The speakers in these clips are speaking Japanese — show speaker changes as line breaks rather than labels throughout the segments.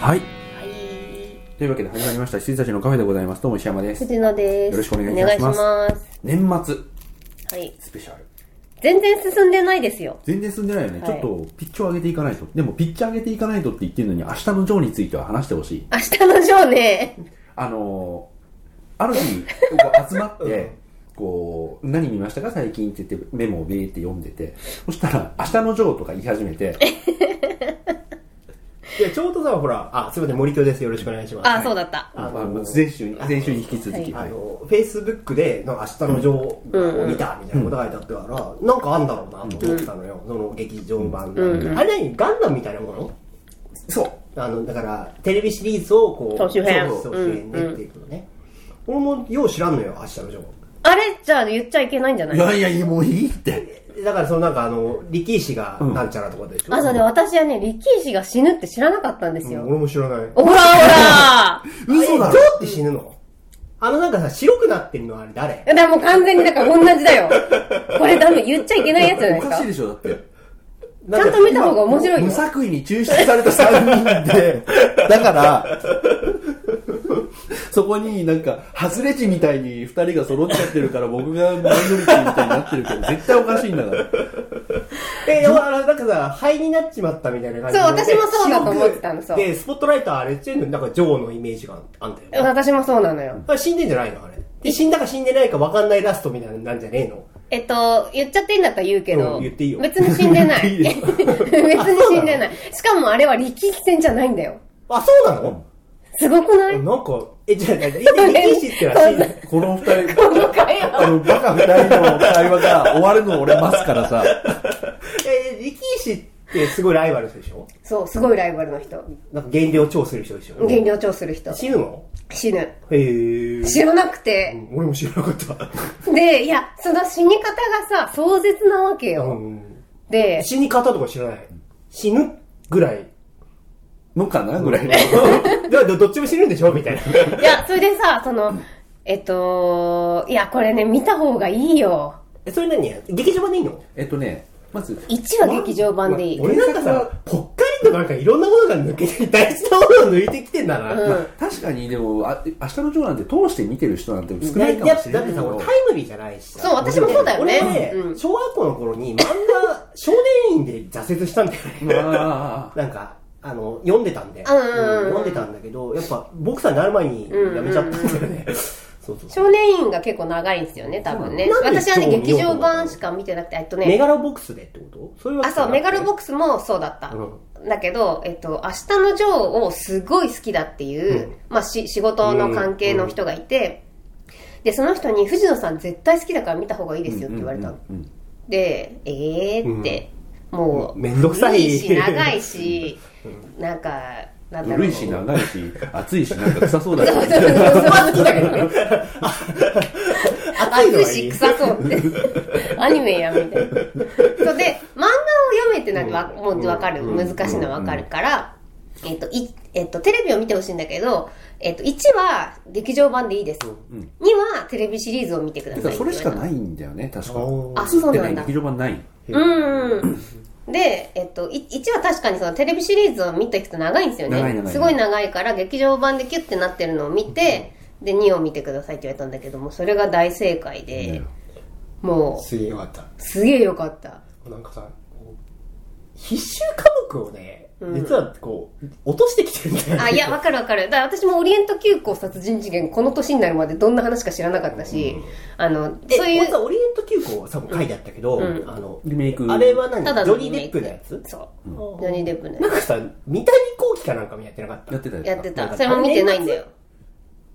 はい。
はい。
というわけで始まりました、羊たちのカフェでございます。どうも石山です。
藤野です。
よろしくお願いいたします
お願いします
年末
はい。
スペシャル。
全然進んでないですよ。
全然進んでないよね。
はい
ちょっと、ピッチを上げていかないと。でも、ピッチ上げていかないとって言ってるのに、明日のジョーについては話してほしい。
明日のジョーね。
あのー、あ る日、こう集まって、こう、何見ましたか最近って言って、メモをビーって読んでて、そしたら、明日のジョーとか言い始めて、
いや、ちょうどさ、ほら、あ、すみません、森京です。よろしくお願いします。
あ、そうだった。
あ
まあ
の、
前週に、前週に引き続き。
あ
はい
の、フェイスブックで、なんか明日の女王を見たみたいなことが書いてあったから、なんかあんだろうなと思ってたのよ。その劇場版が
うん
あれ何ガンダムみたいなもの
そう。
あの、だから、テレビシリーズをこう、
総集編
そうそう総集編でっていうことね。俺もよう知らんのよ、明日の女王。
あれじゃあ言っちゃいけないんじゃない
いやいやいや、もういいって。
だから、そのなんかあの、力士が
うん
なんちゃらとかでしょ。
あ、そうで、私はね、力士が死ぬって知らなかったんです
うん
よ。
俺も知らない。
ほらほら
嘘だ
えジ
ろ
ョーって死ぬのあのなんかさ、白くなってるのあれ誰
だからもう完全にだから同じだよ。これ多分言っちゃいけないやつじゃない
お
です
か
か
しい。でしょ、だって。
ち
ちゃんと見た方が面白いよ
無。作為に抽出された3人で、 だから、そこになんか、外れ値みたいに2人が揃っちゃってるから、僕がマイノリティみたいになってるけど、絶対おかしいんだから。。
え、だから、なんかさ、灰になっちまったみたいな感じ
そう
で
私もそうだと思ってたのそう
で、スポットライトあれっていうのになんか、ジョーのイメージがあんだよね。
私もそうなのよ。
あれ死んでんじゃないのあれ。で、死んだか死んでないか分かんないラストみたいなのなんじゃねえの
えっと、言っちゃっていいんだったら言うけど、
うん言っていいよ
別に死んでな い
言っ
別に死んでない。しかもあれは力士戦じゃないんだよ。
あ、そうなの
すごくない
なんか、え、じゃあ、じゃあ力士ってのは死んだ。
この2人、
この会話
あの、バカ2人の会話が終わるのを俺待つからさ。
え、力士ってすごいライバルでしょ
そう、すごいライバルの人。
なんか、減量超する人でしょ
減量調する人。
死ぬの
死ぬ。
へえ。
知らなく
う
て。
ん俺も知らなかった。
で、いや、その死に方がさ、壮絶なわけ
う
よ。
ん
で、
死に方とか知らない。死ぬぐらい。
のかなぐらいの。
だからどどっちも死 ぬんでしょみたいな。
いや、それでさ、その、えっと、いや、これね、見た方がいいよ。
え それ何劇場版でいいの
えっとね、まず、
1は劇場版でいい。
俺なんかさ、ぽっかりとなんかいろんなものが抜けて、大事なものを抜いてきてんだな。
うん
い
確かにでも、あ明日のジョーなんて通して見てる人なんて少ないかも
や
しれ
だ
な
っ
い
て
け
さ、
ど
俺タイムリーじゃないしさ。
そう私もそうだよね
俺ね
うん
小学校の頃に漫画、少年院で挫折したんだよね。
まあ
なんか、あの、読んでたんで。
うんうんうん
読んでたんだけど、やっぱ、ボクサーになる前にやめちゃったんだよね。そうそうそう。
少年院が結構長いんですよね、多分ね。
なんで
私はね、
超見
劇
ようと思
場
ったの
版しか見てなくて、えっと
メ
ね、
ガロボックスでってことそういうわ
あ、
けじゃ
そう、メガロボ
ッ
ックスもそうだった。
う
だけど、えっと、明日のジョーをすごい好きだっていう、
うん
まあし、仕事の関係の人がいて、で、その人に、藤野さん絶対好きだから見た方がいいですよって言われたの。
うんうんうん
で、えーって、もう、
めんどくさい
古し、長いし、なんか、なんだろう。
古いし長いし暑いしなんか臭そうだし
好きだけどね。
熱
暑
いの
い
がい
し
い。
臭そうって。アニメやみたいな。そうで、漫画を読めってなんかわ、もうわかる。
うん
難しいのわかるから、えっと、い、えっと、テレビを見てほしいんだけど、えっと、1は劇場版でいいです。
うん
2はテレビシリーズを見てくだ
だ
さい
か
っ
ら
て
そ
言
れ
わた。
しかないんだよね確か
あ、そう
映って
な
なんい
だ
劇。場版ない
うんうん。で、えっと、い1は確かにそのテレビシリーズを見ていくと長いんですよね。
長い長い
すごい長いから、劇場版でキュッてなってるのを見て、で、2を見てくださいって言われたんだけども、それが大正解で、も
すげえよかった。
う、すげえよかった。
なんかさ、こう必修科目をね、実はこう、落としてきてるんだよね。
あ、いや、わかるわかる。だから私もオリエント急行殺人事件、この年になるまでどんな話か知らなかったし、あの、
で、
そうい
本当
う、
はオリエント急行はさ、もう書いてあったけど、
うん
あの、
リメイク
あれは何
ただ
ジ
の
ョニー・デップのやつ
そう。
ジ
ジョニー・デップのや
なんかさ、三谷幸喜かなんかもやってなかった。
やってた
つやって
なん
た。そ
か
れも見てないんだよ。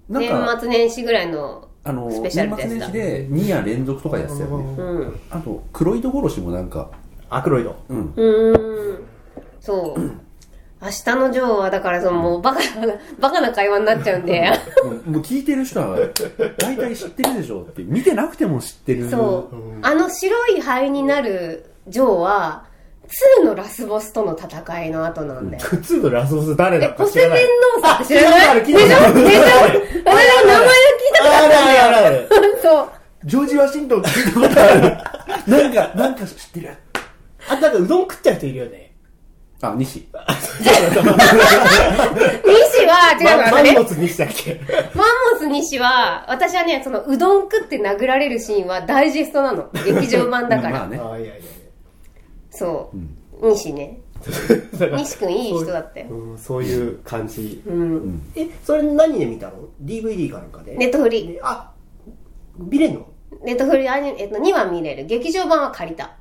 なん
年
か
末年始ぐらいの、
あの
ス
年
ペシ
末
ャルってやつ
年
だ
始で2夜連続とかやってたよね
うん。
あとクロイド殺しもなんか
アクロイド。
うん
うーん。そう。明日のジョーは、だからそのもうバカな、バカな会話になっちゃうんで。
もうもう聞いてる人は大体知ってるでしょって見てなくても知ってる
そう。あの白い灰になるジョーは、2のラスボスとの戦いの後なんだよ。
普通のラスボス誰
え、
だか
コ
知
セメン
らない。
のさ、知らないで
聞
し
い
ょ
た
で
こ
しょ
とあ
あ
る
れ名前は聞いたことあ
あ
るん
るあ
だ
る
よ。
あるある。
そう。
ジョージ・ワシントン聞いたことあるなんかなんか知ってる
あとなんかうどん食っちゃう人いるよね。
あ、西。
西は、違うの、あ
マ
のね
ン、モスにしたっ け
マンモス西は、私はね、その、うどん食って殴られるシーンはダイジェストなの。劇場版だか
まあ
ら。
ね。
ああいやいやい
そう。西ね。
や
西くんいい人だったよ。
うんそういう感じ
うん。
えそれ何で見たの DVD かなんかで
ネットフリ。
であ見れんの
ネットフリアニメ、えっと、2話見れる。劇場版は借りた。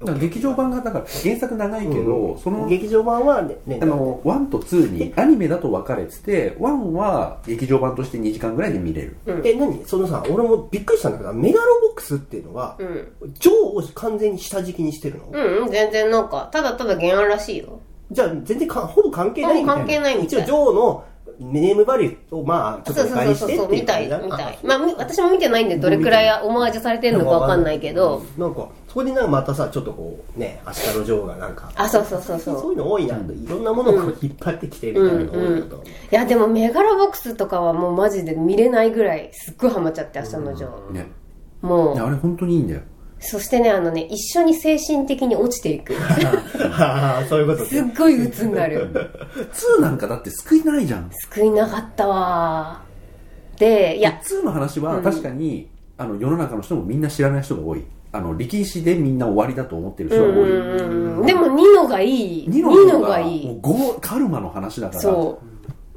だから劇場版が、だから原作長いけど、その、
劇場版はねね
あの、1と2にアニメだと分かれてて、1は劇場版として2時間ぐらいで見れる。
え何そのさ俺もびっくりしたんだけどメガロボックスっていうのは、
うん。
ジョーを完全に下敷きにしてるの、
うん、うん、全然なんか、ただただ原案らしいよ。
じゃあ全然かほぼ関係ないみたいな
ほぼ関係ないみたい
一応ジョーのネームバリューをまあち
そ
ょ
う
っ
そ
とお
う
借
そう
り
そう
してって
そう、みた
感
い、
じだ
みたい。まあ、み私も見てないんで、どれくらいオマージュされてるのかわかんないけど、
なんかそこでなんかまたさちょっとこうねアシカの女王がなんか
あ、そうそうそうそ
そうう。いうの多いなといろんなものをこう引っ張ってきてみたいなのが多いなと思う、
いやでもメガロボックスとかはもうマジで見れないぐらいすっごいハマっちゃって明日のジョー、
ね。
も
いうやあれ本当にいいんだよ。
そしてねあのね一緒に精神的に落ちてい く
あ あそういうこと
すっ
ね
ごい鬱にな る
2なんかだって救いないじゃん。
救いなかったわでいや
2の話は確かに、あの世の中の人もみんな知らない人が多い。あの、力士でみんな終わりだと思ってる人が
う
多い。
んでもニノがいい
ニ
ニ
ノ
ノ
が
が
い
い
い。も
いう
ゴーカルマの話だから、
そ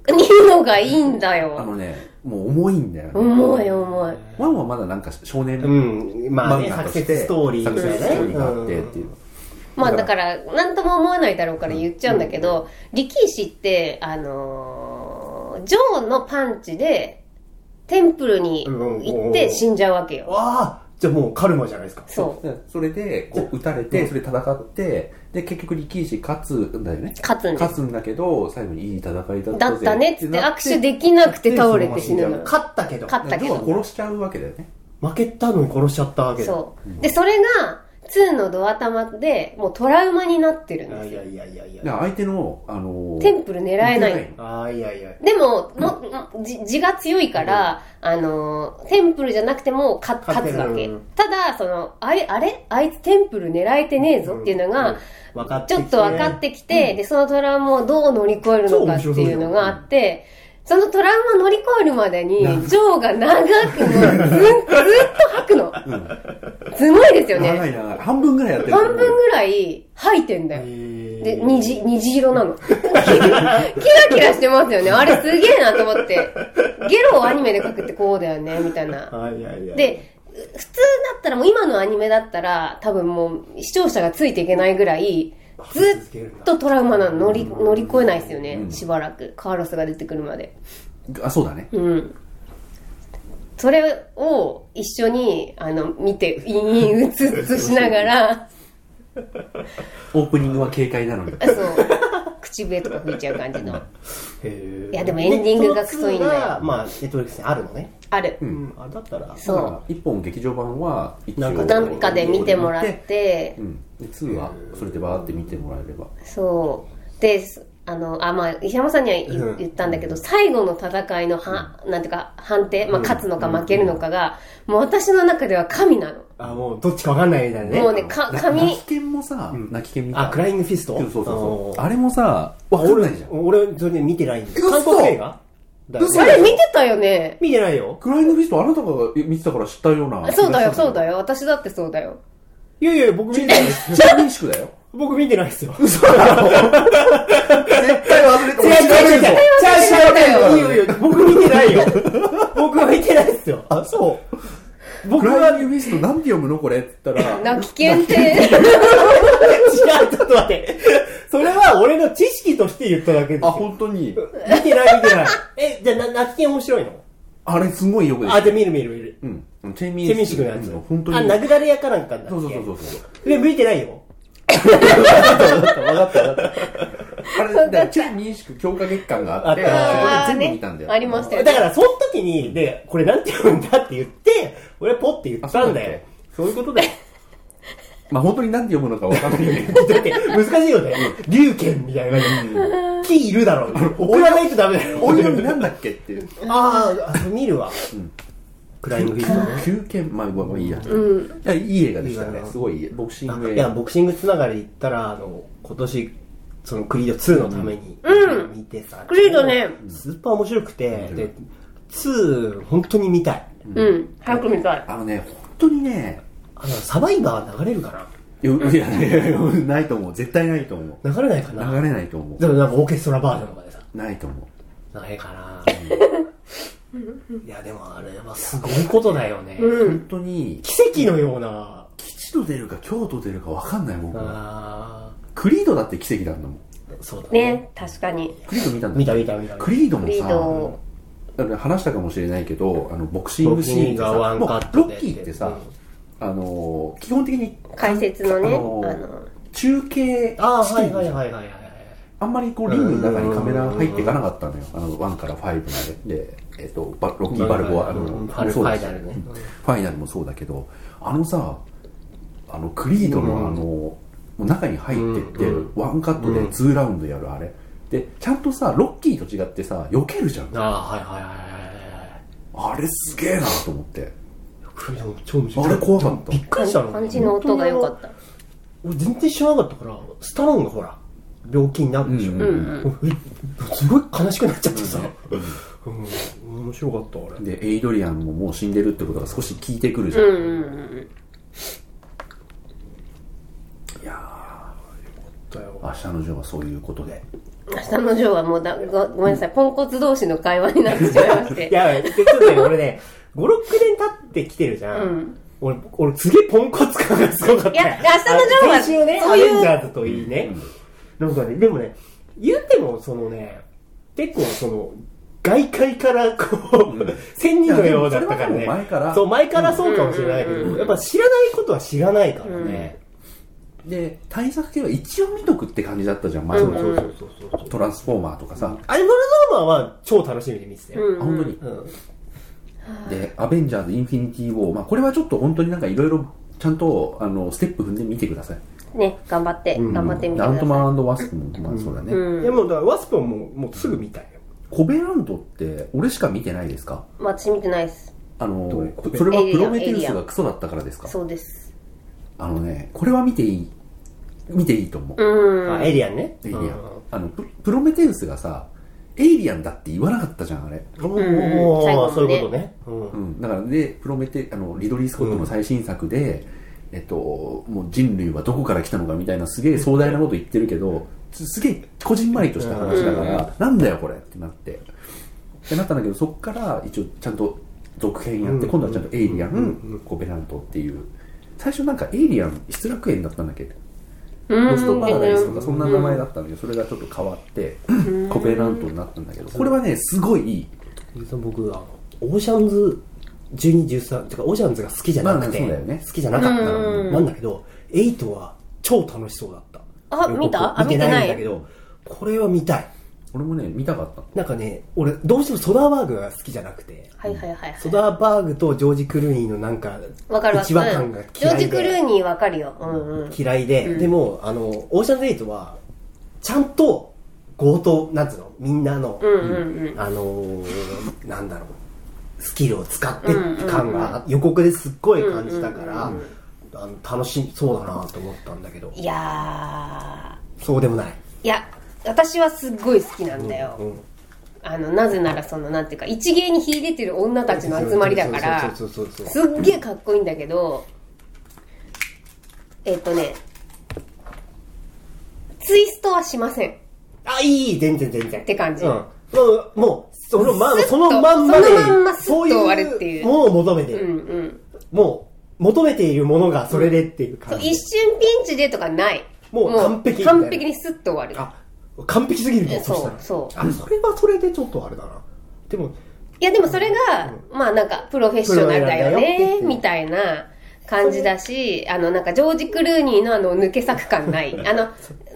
うニノがいいんだ
あ
よ
のね、もう重いんだよね。
重い重い
ワンはまだなんか少年
うんまあね
漫画
サ
と
ク
して、
セスストーリー
サ
み
クセ
た
ス
い
ス
な
ト
ね
ーリーがあってっていう。
まあだから、なんとも思わないだろうから言っちゃうんだけど、力士って、あのージョーのパンチで、テンプルに行って死んじゃうわけよ。
わあじゃあもうカルマじゃないですか
そ
だからそれで、こう、撃たれて、それで戦って、で、結局、力士勝つんだよね。
勝つんです
勝つんだけど、最後にいい戦いだったぜ
う。だったねっつって
な
握手できなくて倒れて死ぬの。勝
勝ったけど
ったけ
要は
ど。
殺しちゃうわけだよね。
負けたのに殺しちゃったわけだ
そう。で、それが、2のドア玉で、もうトラウマになってるんです
いや
よ。
いやいやいや
だから相手の、あのー
テンプル狙えない
撃ての
ああいやいや
でも、もじ地が強いから、あのー、テンプルじゃなくても勝勝つわ
勝て
け
るうん。
ただ、その、あれ、あれあいつテンプル狙えてねえぞっていうのが、
うん分かって
ち
き
ょ
て
っと分かってきて、で、そのトラウマをどう乗り越えるのかっていうのがあって、そのトラウマ乗り越えるまでに、ジョーが長く、もうずんずっと吐くの。すごいですよ
長
ね。
い長い。半分ぐらいやってると思
半
う。
分ぐらい吐いてんだよ。で、虹、虹色なの。キラキラしてますよね。あれすげえなと思って。ゲロをアニメで描くってこうだよね、みたいな。
あいやいや
で、普通だったらもう今のアニメだったら多分もう視聴者がついていけないぐらい、ずっとトラウマなの乗り、乗り越えないですよね。しばらく。カーロスが出てくるまで。
あ、そうだね。
うん。それを一緒に、あの、見て、インインうつうつしながら、
オープニングは警戒なのに。
そう、口笛とか吹いちゃう感じの。
へー
いやでもエンディングがクソいんだよ
でその2がまあネットフリックスにあるのね
ある。
うんあだったら
だか
そ
ら一本劇場版は一応
なんか
なんかで見てもらって
う、んで2はそれでバーって見てもらえれば
そう。で、すあの、あ、まあ、石山さんには言
うん
言ったんだけど、最後の戦いのは、なんていうか、判定、まあ、勝つのか負けるのかが、もう私の中では神なの。
あもうどっちかわかんないみたいなね
もうね、か、
な
神
泣き、犬もさ泣き犬見た
あクライングフィスト
そうそうそう
あ
あれもさわかんないじゃん
俺俺それで見てないんだ
嘘
韓国映画だよね
嘘
あれ見てたよね。
見てないよ
クライングフィストあなたが見てたから知ったような
そうだよ、そうだ
よ
よ。私だってそうだよ。
いやいや僕見てないです
ちなみに宿だよ
僕見てないですよ
絶対忘れ
違う違
てない
う違う違う違ういいよいいよ僕見てないよ僕は見てないですよあそう
ク
僕は
ライングフィストなんて読むのこれって言ったら
泣き犬って、
違うちょっと待ってそれは俺の知識として言っただけです
あ
よ
本当に
見てない見てないえじゃあな泣き犬面白いの
あれすごいよくでき
あ
て
じ
る
ゃあ見る見る見る
うんチェンミ
セミシクのや
う
つ
ん本当に
あ殴られ屋かなんかだっけ
そうそうそうそう
うで見てないよ
あれだからチェン民宿強化月間があって
あ
それで全
ー
部
ね
見たんだよ
ありましたよ
だ
ね。
からその時にでこれなんて言うんだって言って俺はポって言ったんだよ
あ
そういうことだよ
まあ本当に何て読むのかわかんないけど
だって難しいよね龍拳みたいな感じ木いるだろう送らないとダメだよ
お色になんだっけっていう
あーあ、見るわ。クライムフィス
休憩まあまあまあいいや,、いやいい映画でしたねすごいいいボクシン
ト
グ
ね。
映
いや、
画
ボクシングつながりで言ったら、あの、今年、そのクリード2のために
うん
見てさ、
クリードね
スーパー面白くて、で、2、本当に見たい。
うん。早く見たい。
あのね、本当にね、
あの、サバイバー流れるか
いや、いやいやいやないと思う。絶対ないと思う。
な流れないかな
流れないと思
でもなんかオーケストラバージョンとかでさ、
う。ないと思う。
ないかないや、でもあれはすごいことだよね。
うん。
本当に、
奇跡のような、
吉と出るか京と出るか分かんないもん。
あ
クリードだって奇跡なんだもん。
ーそうだね。
ね、確かに。
クリード見たんだ
見た見た見た。
クリード
ク
も
リー
さ
ド、、
だから話したかもしれないけど、あの、ボクシングシーンってさ、
ボクシングがワン
もう
カット
ロ
で
ッキーってさ、あの、基本的に、
解説のね、あ
あの
の、
中継
ああ、
チキ
はい
ン
はいはいはいはい。
あんまりこうリングの中にカメラ入っていかなかったのよ。あの、1から5まで。で、えっ、と、バロッキー・バルボア、あの、
う
も
んファル
そうだし
ファイナルね
うんファイナルもそうだけど、あのさ、あの、クリードのあの、もう中に入ってって、
うん
ワンカットで2ラウンドやるあれ。で、ちゃんとさ、ロッキーと違ってさ、避けるじゃん。
ああ、はいはいはいはいはい。
あれすげえなと思って。
クリード超面白い。
あれ怖かった
びっくりしたの。
感じの音が良かった。
俺全然知らなかったから、スタローンがほら、病気になるでしょ。
う
うんん
えすごい悲しくなっちゃってさ。うん、面白かった、あれ。
で、エイドリアンももう死んでるってことが少し効いてくるじ
う
ゃ
ん。
ん。
う
い
んうん
や
だよ
ー、明日のジョーはそういうことで。
明日のジョーはもうだご、ごめんなさい、ポンコツ同士の会話になってしまいまし
い
て。
や、ちょっ とね、俺ね、5、6年経ってきてるじゃん。
うん
俺、俺、すげえポンコツ感がすごかった。
いや明日のジョーは
先週ね、
そういう
アベンジャーズといいね。なんかね、でもね、言っても、そのね、結構その、外界からこう、千人のようだったから
いやでもそれはも
ね。
う前から
そう、前からそうかもしれないけ
うんうんうん
ど、やっぱ知らないことは知らないからね。
で、対策系は一応見とくって感じだったじゃん、前
そう
も。
そうそうそうそう。
トランスフォーマーとかさ、
アニマルドラマは超楽しみで見てたよ。
う
あ本当
ん。
に、
うん。
で、アベンジャーズ、インフィニティ・ウォー、まあ、これはちょっと本当になんかいろいろちゃんとあのステップ踏んでみてください。
ね、頑張って、頑張ってみてく
アン
だ
ト
さ
マンワスプも、まあ、そうだね、
い。うん
いや、。もう、だからワスプはもう、もうすぐ見たよ。
コベランドって、俺しか見てないですか
まあ私見てないです。
あの
どれコ、ベ
それは
エイリ
プ
アン
ロメテウ
エイリ
ス
アン
がクソだったからですか
そうです。
あのね、これは見ていい、見ていいと思う。
うん。
あ、エイリアンね。
エイリア
うん
ン。あのプ、プロメテウスがさ、エイリアンだって言わなかったじゃん、あれ。
うん最後の
お
ね
ー、そういうことね。うん
うん、だからでプロメテあのリドリー・スコットの最新作で、えっと、もう人類はどこから来たのかみたいなすげえ壮大なこと言ってるけどすすげえこじんまりとした話だから、なんだよこれってなってってなったんだけどそっから一応ちゃんと続編やって、
うん
今度はちゃんと「エイリアン」
うん
コベラント」っていう最初なんか「エイリアン失楽園」だったんだっけ
うん
ロストパラダイスとかそんな名前だったんだけどそれがちょっと変わってコベラントになったんだけどこれはねすごいいい
その僕あのオーシャンズ12、13てかオーシャンズが好きじゃなくて、
まあそうだよね
好きじゃなかったの
うん
なんだけど8は超楽しそうだった
あ見たあ
見てないんだけ
見
どこれは見たい
俺もね見たかった
なんかね俺どうしてもソダーバーグが好きじゃなくて
はいはいはいはい。
ソダーバーグとジョージ・クルーニーのなんか
わかるわか
一話感が
る。ジョ
嫌
ージ・
い
クル
で
ーニーわかるよ。うんうん。
嫌いで、でもあのオーシャンズ8はちゃんと強盗なんつうのみんなの、
うんうん
あのー、なんだろう、スキルを使って感が予告ですっごい感じたから、あの楽しそうだなと思ったんだけど
うん。、いや
そうでもない。
ー。いや、私はすっごい好きなんだよ。
うん
あの、なぜならその、なんていうか、一芸に秀でてる女たちの集まりだから、
そうそうそうそう。
すっげえかっこいいんだけど、えっ、とね、ツイストはしません。
あ、いい、全然全然。
って感じ
うん。もう、もう、そのまん
スッと
そのまんまで
そのまんま、スッと
そう
終わるってい
いううものを求めて
うん
る。
うん。
もう、求めているものがそれでっていう
そう
感
一
じ。
瞬ピンチでとかない。
もう完璧みたいな
完璧にスッと終わる。
あ、完璧すぎるね、
そ
そうしたら。
そう
あ、それはそれでちょっとあれだな。でも、
いやでもそれが、まあなんかプロフェッショナルだよ
プロだよ
ね
ね
みたいな感じだしあのなんかジョージ・クルーニーのあの抜け作感 ないあの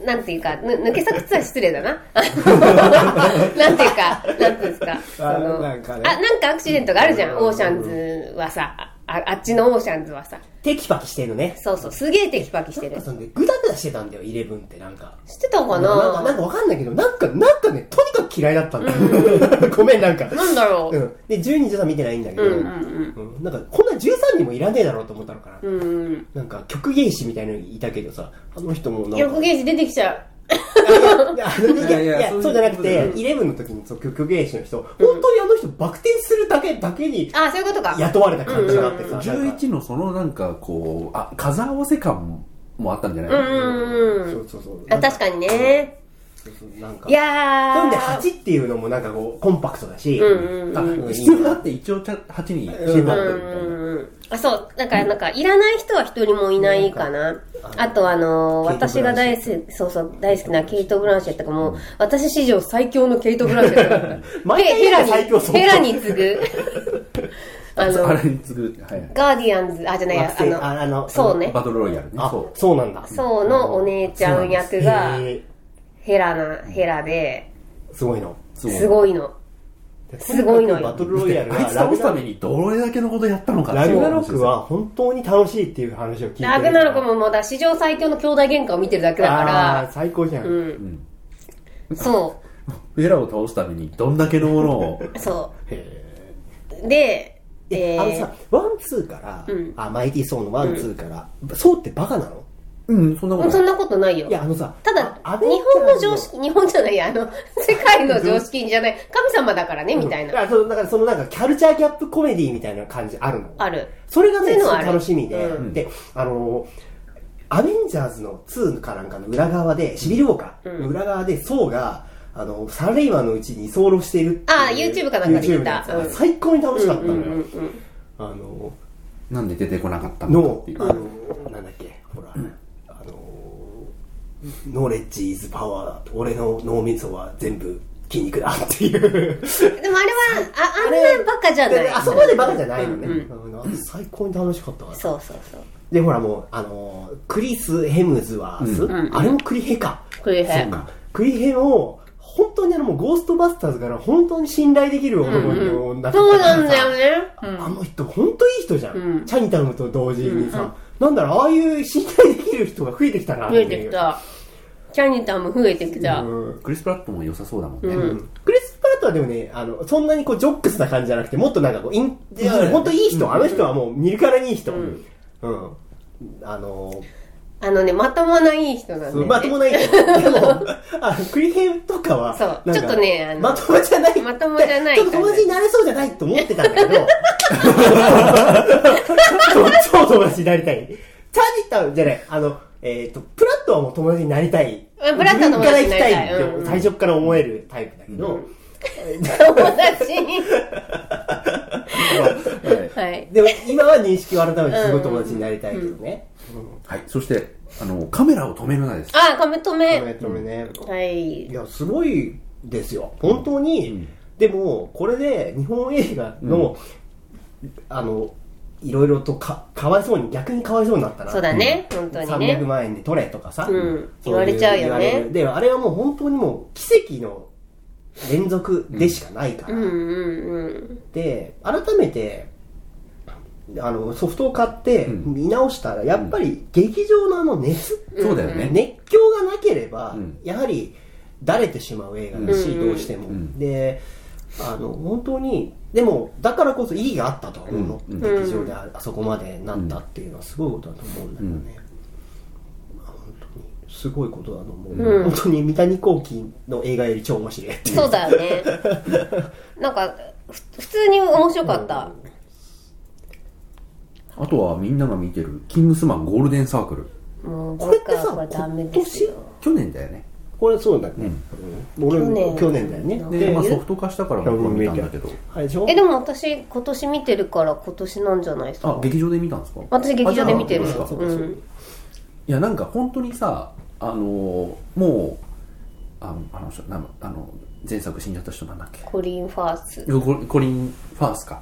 なんていうかぬ抜け作っつったら失礼だなあのなんていうかなんていうんですかその
なんかね
あなんかアクシデントがあるじゃんオーシャンズはさああっちのオーシャンズはさ
テキパキしてるのね。
そうそうすげえテキパキして
な
る
んかそのね、ぐだぐだしてたんだよ、イレブンってなんか。
知ってたのか
なんか、なん
な
かわかんないけど、なんか、なんかね、とにかく嫌いだったんだよ。 ごめん、なんか。
なんだろ
う。
うん
で、12、13見てないんだけど、
うんうん
うんなんか、こんな13人もいらねえだろうと思ったのかな。
うんうん
なんか、曲芸師みたいなのいたけどさ、あの人もなんか、
欲ゲージ出てきちゃう
あいや、あの人
いや
間
い
い
や
や
そういう
そうじゃなく
こと
て、イレブンの時にそう曲芸師の人、本当にあの人バク転するだけ、だけに
あ、そういうことか。
雇われた感じがあってさ。なんか
11のそのなんかこうあ数合わせ感もあったんじゃない、
うんうんう
そ
ん。
うそうそう。
あ、確かにね。
そうそうなんか。
いやー。
そんで8っていうのもなんかこう、コンパクトだし、
うんうん
あ
うん
必要だって一応ちゃ8にしてもら
うん
った
う
みたいな、
んうんあそうだからなんかいらない人は一人もいないかなあとあの
ケイト
私が大好きそうそう大好きなケイト・ブランシェットがもう私史上最強のケイト・ブランシェットだった
毎回
ヘヘラに
最強そう
ヘラに次 ぐあの
あれに次ぐ、はいはい
ガーディアンズあじゃないや
惑
あ
星
の
ああの
そうね
バトルロイヤルね
あ
そ、
そうなんだ。
そうのお姉ちゃん役が
そうなんです
ヘラなヘラで
へーすごいの。
う
す
い
ごいのすごいのよ
バトルロイヤルは
あいつ倒すためにどれだけのことやったのか
ラ
ってい
グ
う
ナ
話
ロ
です
ク
よ
は本当に楽しいっていう話を聞いてる
ラグナロクもまだ史上最強の兄弟喧嘩を見てるだけだか
あ
ら
ー最高じゃん、
う
へ
んそ
フェラを倒すためにどんだけのものを
うそ
え
うでえ
あの
ー
さワンツーから、
うん
あマイティー・ソーのワンツーから、ソーってバカなの
うんそんなこ
う
と
んそん
ない
なことないよ
い。やあのさ
ただ
あ、ア
日
ベンジ
本
ャー
の常識、日本じゃないや、あ の、世界の常識じゃない、神様だからね、みたい
だか
な。
らそのだからそのなんかキャルチャーギャップコメディみたいな感じあるの
ある。
それが
そう
ね
いう
す
のは
ご
あ
い
る
楽しみで、
うん
であのアベンジャーズの2かなんかの裏側で、シビルウォーカーの裏側で、ソーが、あの、サラリーマンのうちに居候しているっていう。
あー YouTube かなんかで見た
YouTube のやつ
うん
最高に楽しかったの
う
よ。
んうんうん
あの、
なんで出てこなかったのかっ
の
てい、う
あの、なんだっけ、ほら、あの、ノーレッジイズパワー、俺の脳みそは全部筋肉だっ ていう。
でもあれは、あ、あんなバカじゃない
で。あそこまでバカじゃないのね。
うん
あの最高に楽しかったから。
そうそうそう。
で、ほらもう、あのークリス・ヘムズワース、
うん
うん
あれもクリヘか。
クリヘ
そうか。クリヘを、本当にあの、もうゴーストバスターズから本当に信頼できる男に
うん
女
そうなんだよね。う
あ
ん
の人、本当いい人じゃん。
うん
チャニタムと同時にさ、なんだろう、ああいう信頼できる人が増えてきたなっ
増
てい
え
う。
てきた。チャニタも増えてきた。
うん
クリス・プラットも良さそうだもんね、
うん
クリス・プラットはでもね、あの、そんなにこう、ジョックスな感じじゃなくて、もっとなんかこう、イン、いや本当いい人、あの人はもう、見るからにいい人。うん。あのー
あのね、まともない人なん
そう
で。
まともない けど、でも、あクリヘンとかは、
そう
なんか
ちょっとねあの
まともじゃない。
まともじゃない
ちょっと友達になれそうじゃないと思ってたん だけど、超友達になりたい。チャージったんじゃない、あの、えっ、と、プラットはもう友達になりたい。
うんプラットは友達になりたい
自分から行きたいって最初から思えるタイプだけど、
友達。
はい
はい。
でも今は認識を改めてすごい友達になりたいけどね。
はい、そしてあのカメラを止めるなです
あ、カメ止
ごめ
め。
んごめんね。
はい
い。や、すごいですよ。本当に、でも、これで日本映画の、あの、いろいろとか、かわいそうに、逆にかわいそうになったな。
そうだね、本当に
300
ね。
万円で取れとかさ、
うん
そういう
言われちゃうよね
言われるで、あれはもう本当にもう奇跡の連続でしかないから。
うんうんうん。
で、改めて、あの、ソフトを買って
うん
見直したら、やっぱり劇場のあの熱
そうだよね、
熱狂がなければ、
うん
やはりだれてしまう映画だし、
うん
どうしても、
うん
であの本当にでもだからこそ意義があったとは思うの、
うん
劇場でああそこまでなったっていうのはすごいことだと思うんだけどね、まあ本当にすごいことだと思う、
うん
本当に三谷幸喜の映画より超面白いっていう
そうだよね。 なんか、ふ普通に面白かった。
あとはみんなが見てる「キングスマンゴールデンサークル
もう、
これってさ
僕はダメですよ。」
去年だよね
これそうだね、うん俺も
去
去
年
年だよね
で、まあ、
で
ソフト化したから僕は見たんだけど
あれでしょ
え、でも私、今年見てるから今年なんじゃないです
あ
か。
劇場で見たんですか
私、劇場で見てる
あじゃあ
よ。
そううかそうか
ん。
いやなんか本当にさあのーもうあのあの人なんあの前作死んじゃった人なんだっけ
コリン・ファース。フ
ココリン・ファースか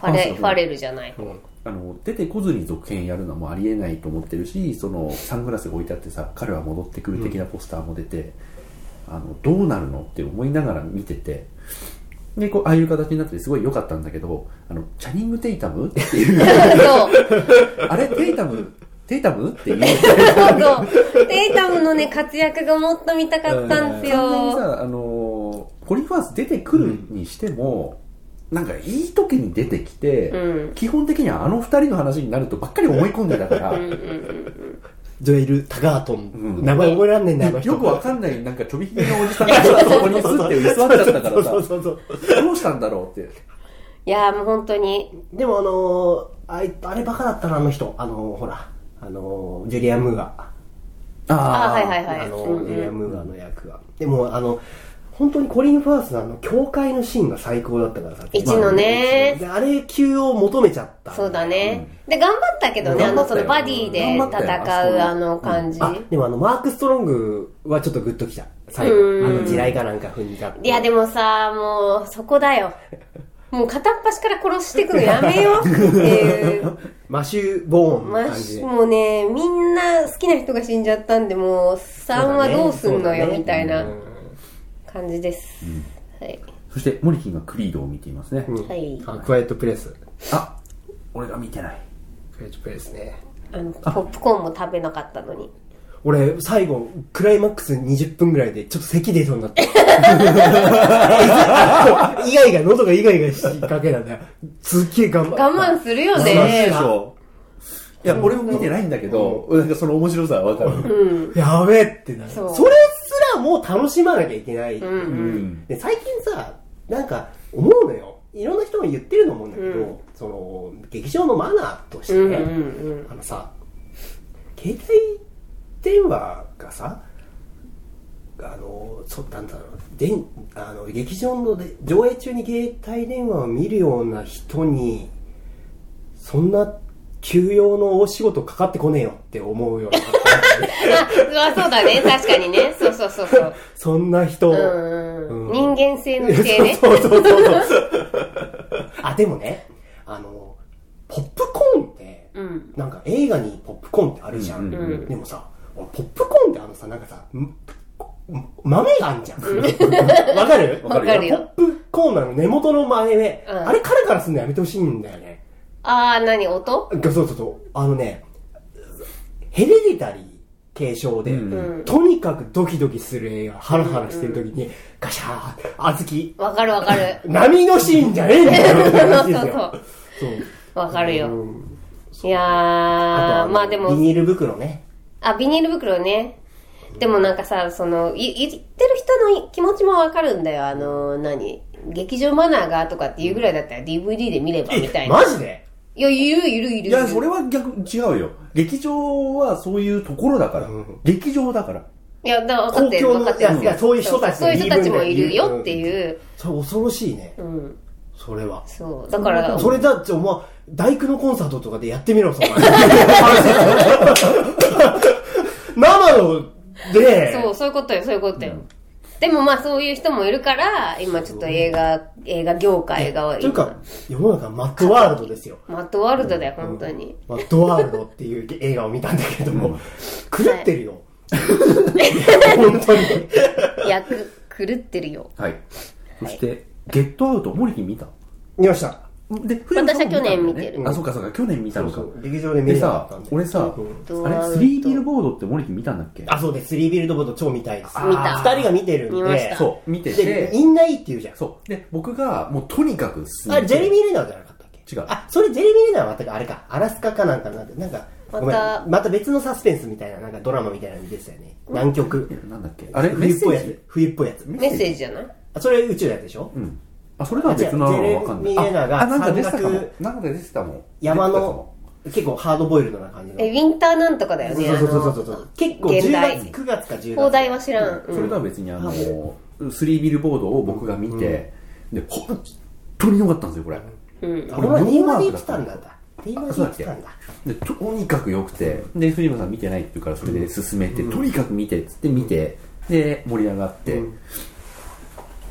ァレ
ファース
ファレルじゃない。
あの出てこずに続編やるのもありえないと思ってるしそのサングラスが置いてあってさ彼は戻ってくる的なポスターも出て、あのどうなるのって思いながら見ててでこうああいう形になってすごい良かったんだけどあのチャニング・テイタムっていう
そう。
あれテイタムテイタムって いう
そうそう。テイタムのね、活躍がもっと見たかったんです
完全に
よ。
さ、あのーコリンファース出てくるにしても、なんかいい時に出てきて、
うん
基本的にはあの二人の話になるとばっかり思い込んでたから、
うんうんうん
ジョエル・タガートン、
うん
名前覚えらんねえんだよあの人
よくわかんない、なんかちょびひげのおじさん がそこにすって居座っちゃったからさ
そう、そうそうそう
どうしたんだろうって。
いやーもう本当に。
でもあのーあいあれバカだったなあの人あのーほらあのージュリアン・ムーア
あーはいはいはい。
あの
うん
ジュリアン・
うん
ムーアの役はでもあの本当にコリン・ファースのあの教会のシーンが最高だったからさ
一のね
であれ級を求めちゃった
そうだね。で、頑張ったけどね、あ
頑張
の、
った
そ
よ
のバディで
頑張ったよ
戦う
あそ
あ
こ
の感じ。
あでもあのマーク・ストロングはちょっとグッときた最後
うん
あの地雷かなんか踏んじゃって
いや、でもさ、もう、そこだよ。もう片っ端から殺してくのやめようっていう。
マシュー・ボーンの
ま
感じで、
もうね、みんな好きな人が死んじゃったんで、もう、3はどうすんのよ、
そうだね
みたいな
うん
感じです。はい。
そして、モリキンがクリードを見ていますね。
はい。
あクワイエット・プレイス
あ、俺が見てない。
クワイエット・プレイスね
あの、ポップコーンも食べなかったのに。
俺最後クライマックス20分ぐらいでちょっと咳出そうになった イガイガ喉がイガイガしかけなんだよすっげえ頑張った
我慢するよ
素晴らしいでし。
ね
ょ。いや、俺も見てないんだけど、なんかその面白さはわかる。
うん。
やべえってなる
そう
それすらもう楽しまなきゃいけない、
うん
う
う。
んん。
で最近さなんか思うのよいろんな人が言ってると思うんだけど、
うん
その劇場のマナーとして、
うんうんうん。
あのさ携帯電話がさあのそなんだろうでんあの劇場ので上映中に携帯電話を見るような人にそんな休養のお仕事かかってこねえよって思うような
あ、そうだね。確かにね。そうそうそうそう。
そんな人、
うん。
うん
人間性の否定ね。
そうそうそうそう。あ、でもね、あの、ポップコーンって、
うん。
なんか映画にポップコーンってあるじゃん。
うん
うんうん
でもさ、俺ポップコーンってあのさ、なんかさ、ん豆があんじゃん。 わかる
わかるよ
ポップコーンのあの根元の豆ね、
うん
あれカラカラすんのやめてほしいんだよね。
あー、何音
そうそうそう。あのね、ヘレディタリー継承で、
うん
うん。
とにかくドキドキする映画、ハラハラしてる時に、ガシャー、あずき、
わかるわかる。
波のシーンじゃねえんだよって
そう
話
そう
です
そ
よ。
う。
そう。
わかるよ。
うん
いやー、
あと
まあで
ビ
も、
ニール袋ね。
あ、ビニール袋ね。でもなんかさ、その、い言ってる人の気持ちもわかるんだよ。あの、何劇場マナーがとかっていうぐらいだったら DVD で見ればみたいな。
マジで
いや、いるいるいる。
いや、それは逆、違うよ。劇場はそういうところだから
うん。
劇場だから。
いや、だから分かってる
公共
分
の
かってる。
いやそういう人たち
そう
の
いう
言
人
い分だ
た
よ
ちもいるよっていう。
それ恐ろしいね
う。ん。
それは。
そう。だから、
それだって、お前、大工のコンサートとかでやってみろ、 そんな生の、で、
そう、そういうことよ、そういうことよ。でもまあそういう人もいるから、今ちょっと映画、映画業界が
というか、世の中マッドワールドですよ。
マットワールドだよ、本当に。
マッドワールドっていう映画を見たんだけども、狂ってるよ。本当に。
いや、く狂ってるよ。
はい。そして、ゲットアウト、モリキン見た
見ました。
で、藤野さんも
私は去
ん
年
だよ
見て
ね
る
あ、そうかそうか、去年見たのか
そ。うそう劇場で見
で
れなか
さ
ったんで、
俺さ、
うん
あれ、スリービルボードってモリキン見たんだっけ
あ、そうです。スリービルドボード超見たいです。
見た
二人が見てるん
見ま
で
し、た
そう、見て
で、
て、
みんないいって言うじゃん。
そう。で、僕が、もうとにかく進
あれ、ジェレミ
ー
ー・レナーじゃなかったっけ
違う
あ、それジェレミー・レナーは全くあれか、アラスカかなんかなんか、なんか、
また
ごめんまた別のサスペンスみたいな、なんかドラマみたいなのですよね。南極。
なんだっけあれ、メ
冬
ッ
っ
セ
ぽいや
ー
つ
ジ。
冬っぽいやつ。
メッセージじゃない
あそれ宇宙のやつでしょ
うん。あ、それとは別なのはわかんな
あ違うジェレミーレ
い。
ナーが
あ、なんか出てたか
山
も
岳。
なんか出てたもん。
山
出てたかも
の、結構ハードボイルドな感じの。
え、ウィンターなんとかだよ
そう
ね。
そうそうそうそ
あの
う。結構
現
10
代
月、。9月か10月。
放題は知らん。うん
それとは別にあの、スリービルボードを僕が見て、で、本当に良かったんですよ、これ。
うん。
あれはーマで言ってたんだ。テーマ
あ
で
そうだ
言っ
ってけ
たんだ。
で、とにかく良くて、で、藤本さん見てないって言うから、それで進めて、とにかく見てっつって見て、で、盛り上がって、
うん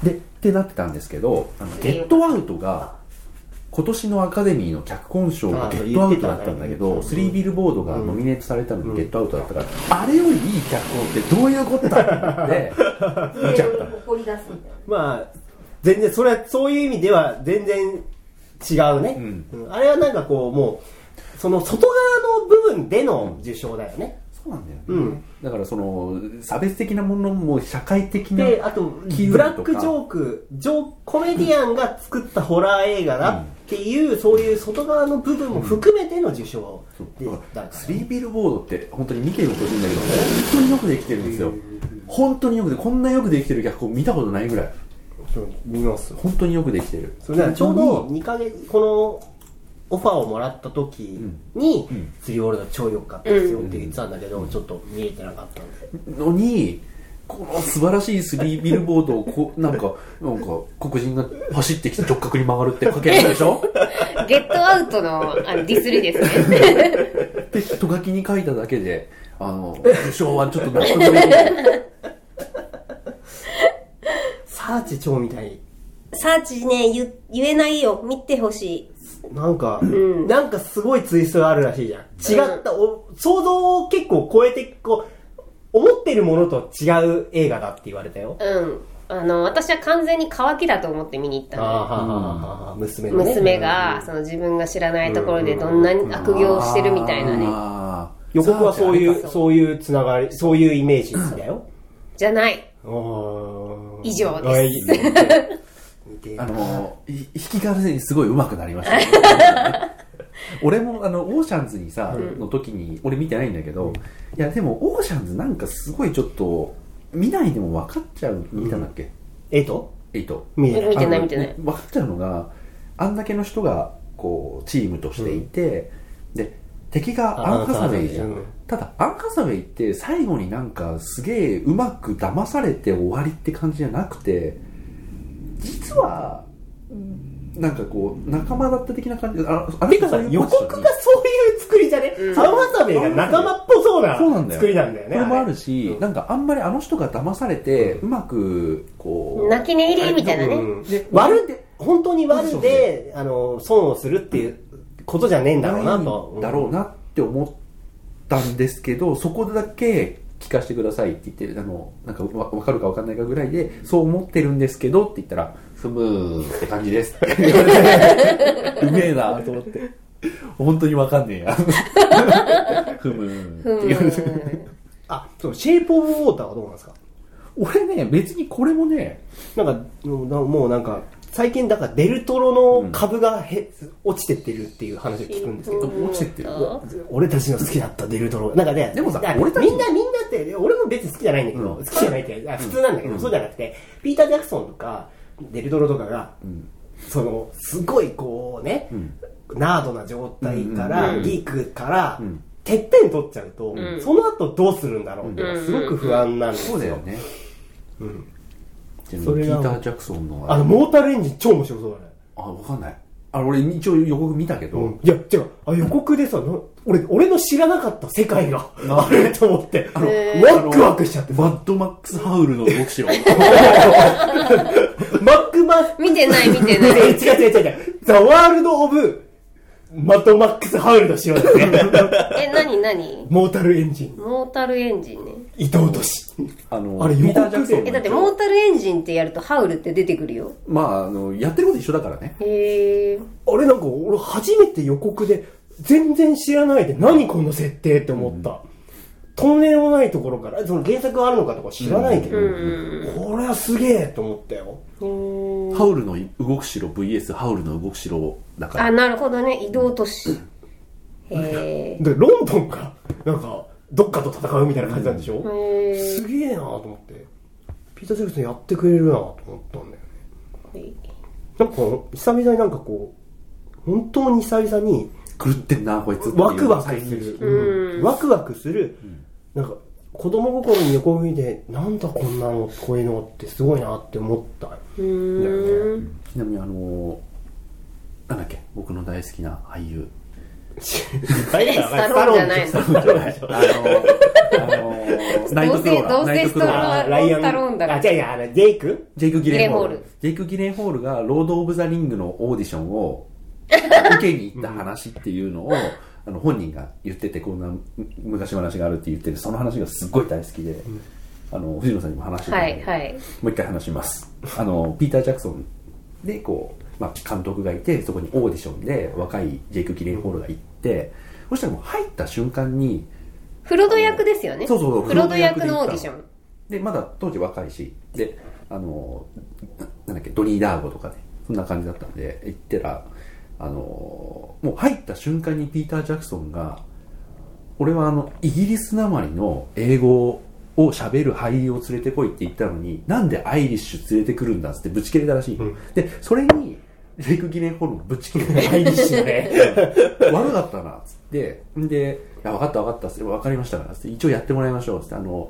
で、ってなってたんですけど、あのゲットアウトが、今年のアカデミーの脚本賞が
あ
ゲットアウト
言
だ
ってたね
ったんだけ
う
ど、
ん
スリービルボードがノミネートされたのにゲットアウトだったから、あれよりいい脚本ってどういうことだって思って、見ちゃった。
誇り出すみたい
まあ、全然、それは、そういう意味では全然違うね。
うん
うんあれはなんかこう、もう、その外側の部分での受賞だよね。
そうなんだよね、
うん
だからその差別的なものも社会的な
で、あと、
キー
ブ
ワ
ラ
ード
ッ
とか
クジョーク、ジョーコメディアンが作ったホラー映画だっっていうそういう外側の部分も含めての受賞でだから
スリービルボードって本当に見てることいいんだけど本当によくできてるんですよ本当によくでこんなよくできてる脚本見たことないぐらい
そう見ます
本当によくできてる
それならちょうど2か月このオファーをもらった時に、
ん
スリーボールが超良かったですよって言ってたんだけど、ちょっと見えてなかったんで
のにこの素晴らしいスリービルボードをこう なんかなんか黒人が走ってきて直角に曲がるって書けないでし ょ
ゲットアウトのあのディスりですね。
でと書きに書いただけであ の受賞はちょっと納得できない
サーチ超みたい
サーチね、言言えないよ。見てほし
なんか、
ん
なんかすごいツイストがあるらしいじゃん違った、お想像を結構超えてこう思ってるものと違う映画だって言われたよ
い。うん。あの、私は完全に乾きだと思って見に行った
あー
の。
はーはーはーはー娘のね
娘が、その自分が知らないところでどんなに悪行をしてるみたいなね。
あー
予告はそうい
サーチあれ
うそういうつながりそういうイメージだよ
じゃない。
あー
以上です
はい 似てる
かあのい引き金にすごい上手くなりましたね俺もあのオーシャンズにさ、の時に俺見てないんだけどいやでもオーシャンズなんかすごいちょっと見ないでも分かっちゃう見たんだっけ、
えっと
えっと
見え
見
な
て
い
あ
ない
の
見てない
分かっちゃうのがあんだけの人がこうチームとしていて、で敵がアン・ハサウェイじゃん、
うん
ただアン・ハサウェイって最後になんかすげえうまく騙されて終わりって感じじゃなくて実はなんかこう仲間だった的な感じああ
てかさ、予告がそういう作りじゃね、
うん
サンハサウェイが仲間っぽそうな
そうなんだよ
作りなんだよ
こ
ね。
れもあ
れ
るし、
うん
なんかあんまりあの人が騙されてうまくこう
泣き寝入りみたいな
う
ね。
ん
で
悪で、本当に
そ
悪
うそう
で、あの、損をするっていうことじゃねえんだろうなと。
だろうなって思ったんですけど、そこだけ聞かせてくださいって言って、あの、なんかわわかるかわかんないかぐらいで、そう思ってるんですけどって言ったら、スムーって感じですって言われて、うめえなと思って。本当にわかんねえや。ふむーん
ふ
って言われて。
ん。
あ、そう、シェイプオブウォーターはどうなんですか
俺ね、別にこれもね、
なんか、もうなもうなんか、最近、だからデルトロの株がへ、落ちてってるっていう話を聞くんですけど、
落ちてってる
俺たちの好きだったデルトロ。なんかね、
でもさ
だ
俺たち
みんな、みんなって、俺も別に好きじゃないんだけど、
うん
好きじゃないって、あ普通なんだけど、
うん
そうじゃなくて、ピーター・ジャクソンとか、デルトロとかが、
ん
その、すごいこうね、
ん
ナードな状態から、
うん
ギークから、
うん
てっぺん取っちゃうと、
ん
その後どうするんだろうって、
うん
すごく不安なんですよ。
そうだよね。
うん
ちなみ
そ
に
れ
ピ
が
ーター・ジャクソンの
あの、モータルエンジン超面白そうだね。
あ、わかんない。あ、俺一応予告見たけど、
いや、違う。あ、予告でさ、な俺、俺の知らなかった世界が、
な
あれと思って、
あの
へ
ワクワクしちゃって、
マ
マ
ッドマックス・ハウルの動きし ろ。
マックマッ
見てない見て
違う
ない。
違う違う違う。ザ・ワールド・オブ・マッドマックス・ハウルドしようですね。
え、なになに
モータルエンジン、
モータルエンジンね。
伊藤とし。
あの、
あれ予
ピ
告で
ーター・ジャクソンの
え、だってモータルエンジンってやるとハウルって出てくるよ。
まあ、あの、やってること一緒だからね。
へえ。
あれなんか俺初めて予告で、全然知らないで、何この設定って思った。とんでもないところから、その原作があるのかとか知らないけど、これはすげえと思ったよ。
ハウルの動く城 VS ハウルの動く城だか
あ、
ら。
なるほどね。移動都市。へえ。
で、ロンドンが、なんか、どっかと戦うみたいな感じなんでしょ、
へえ。
すげえなと思って。ピーター・ジャクソンやってくれるなと思ったんだよね。なんかこう、久々になんかこう、本当に久々に、
狂ってんな、こいつっていう。
ワクワクする。うんワクワクする。なんか、子供心に横見て、なんだこんなの、こういうのってすごいなって思った。
うーん。
ちなみに、あの、なんだっけ、僕の大好きな俳 優。
大
スタローンじゃないの。
あの、あの、ナイトクロー
ど
ラ
う
ー。ナ
せ
イトクローラー。
あ
ライアン。
スタローンだ
あ、じゃあいや、あれ、ジェイク
ジェイク・ギレンホー
ギ
ル
レンホール。
ジェイク・ギレンホールが、ロード・オブ・ザ・リングのオーディション を受けに行った話っていうのを、あの、本人が言ってて、こんなむ昔話があるって言ってる、その話がすっごい大好きで、あの、藤野さんにも話してたん
は
で
い、はい。
もう一回話します。あの、ピーター・ジャクソンで、こう、まあ、監督がいて、そこにオーディションで若いジェイク・ギレンホールが行って、そしたらもう入った瞬間に、
フロド役ですよね。
そうそうそう
フロド役のオーディシ
フロド役で
ョ
行っ
ン。
で、まだ当時若いし、で、あの、ななんだっけ、ドニー・ダーゴとかね、そんな感じだったんで、行ったら、あのもう入った瞬間にピーター・ジャクソンが俺はあのイギリスなまりの英語を喋る俳優を連れてこいって言ったのになんでアイリッシュ連れてくるんだっつってぶち切れたらしい、
うん
でそれにレイク記念ホールのぶち切れてアイリッシュ ね悪かったなっつってで「いや分かった分かった」っつって「分かりましたから」っつって「一応やってもらいましょう」っつってあの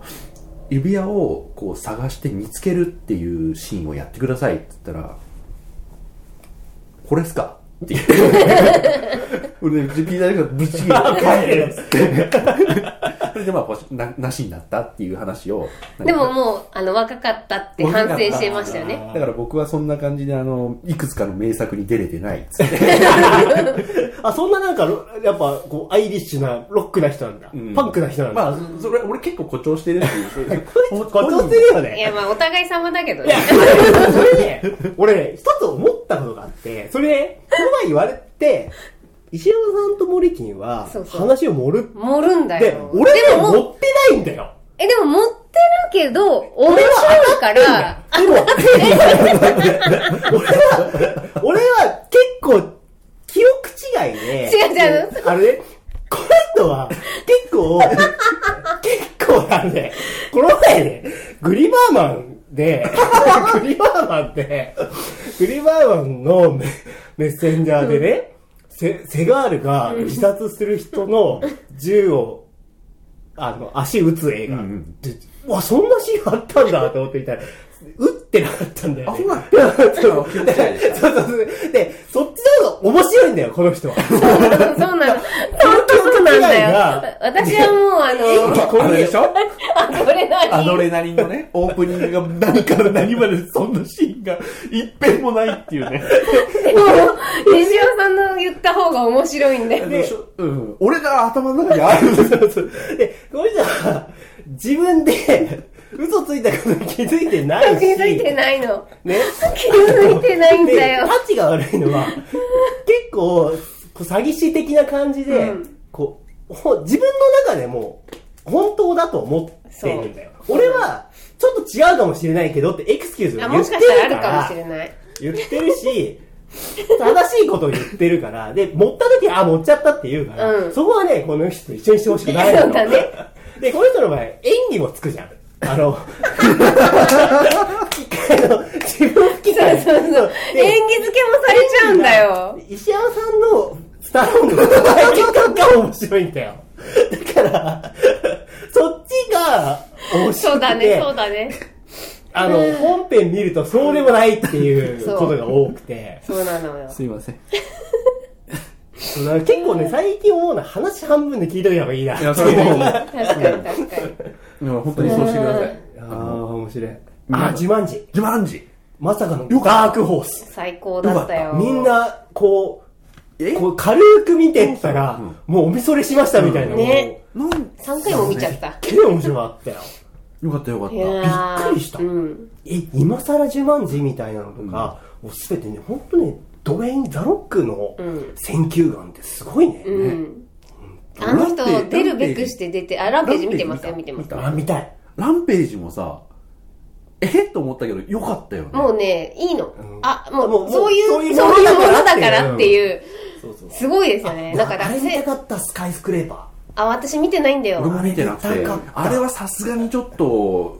指輪をこう探して見つけるっていうシーンをやってくださいって言ったら「これっすか?」って言って俺ねピーター・ジャクソンぶち切れて帰るっつってそれでまあこうななしになったっていう話を
でももう、あの、若かったって反省してましたよね。
だから僕はそんな感じであのいくつかの名作に出れてないっつって
あ、そんななんか、ロやっぱ、こう、アイリッシュな、ロックな人なんだ。
ん
パンクな人なんだ。
まあそそれ俺結構誇張してるっていうそれ
誇張してるよ
い
ね。
や、まあ、お互い様だけど
い
ね
や、。それね、 俺ね、一つ思ったことがあって、それ、この前言われて、石山さんとモリキンは
そう、そう
話を盛る。
盛るんだ
で
よ。、
俺
で
ね、
ももう
持ってないんだよ。
え、でも持ってるけど、面白い から、
でも、俺は、俺は結構、記憶違いで、
違う違う
であれね、この人は、結構、結構なんで、この前ね、グリバーマン で、グリバーマンで、グリバーマンのメメッセンジャーでね、セセガールが自殺する人の銃を、あの、足打つ映画。
う
うん
うん
わ、そんなシーンあったんだと思ってみたら、打ってなかったんだよ、ね。
あ
そう
記憶違いでし
そうそうそう。で、そっちの方が面白いんだよ、この人は。
そうなの、そうなの。本当そうなんだよ
が。
私はもう、あの、
これでしょ
あ、これ何
アドレナリンのねオープニングが何から何までそんなシーンが一遍もないっていうね
もう、西尾さんの言った方が面白いんだよ。
でうん、俺が頭の中にあるんですよ
で、この人は、自分で、嘘ついたことに気づいてないし。
気づいてないの。
ね。
気づいてないんだよ
で。タッチが悪いの は、結構、こう詐欺師的な感じで、
うん
こう、ほ自分の中でも、本当だと思ってるんだよ。俺は、ちょっと違うかもしれないけどってエクスキューズ
あ、
を言
も
っ
してかしたらあ
る
る
か、
からもしれない。
言ってるし、正しいことを言ってるから、で、持った時、あ、持っちゃったって言うから、
うん
そこはね、この人と一緒にしてほしくないの。
そうだね
で、この人の場合、演技もつくじゃん。あの、あ
そうそうそ
の自分吹き
う。演技付け
で
もされちゃうんだよ。
石山さんのスタローンの体験感が面白いんだよ。だから、そっちが面白くて、
そうだね、そうだね。
あの、本編見るとそうでもないっていう
そう
ことが多くて。
そうなのよ。
すいません
そうだから結構ね、最近思うのは話半分で聞いといた方がいいな。
いやそれもう
確かに確かに。
いや本当にそうしてください
ああ、面白い。
んな
あ、自慢時。
ジュマンジ
まさかのダークホース。
最高だったよ。
みんな、こ
え
う、こう軽く見てったら、もうおみそれしましたみたいな。
ね。
なん
3回も見ちゃった。
結構面白かったよ。
よかったよかっ
い
た
やー
びっくりした
うん。
え、今更自慢時みたいなのとか、もうすべてね、本当にドウェイン・ザ・ロックの
うん
選球眼ってすごいね。
うん。あの
ラン
人、
ページ
出るべくして出て、あ、ランページ見てますよ、
ランペ
見て
ージ
ます。
あ、見たい。
ランページもさえっと思ったけどよかったよね
もうね、いいの
ん。
あ、も
もう
う、そうい
そういう
う、
もの
そういうもの
だか
だ
ら
からっていう、
そうそう。
すごいですよね。なんか
あ
だ
れ見た
せ
かったスカイスクレーパ
あ、私見てないんだ
俺
よ。
も見てなく
あれ
て
見たかった
あれはさすがにちょっと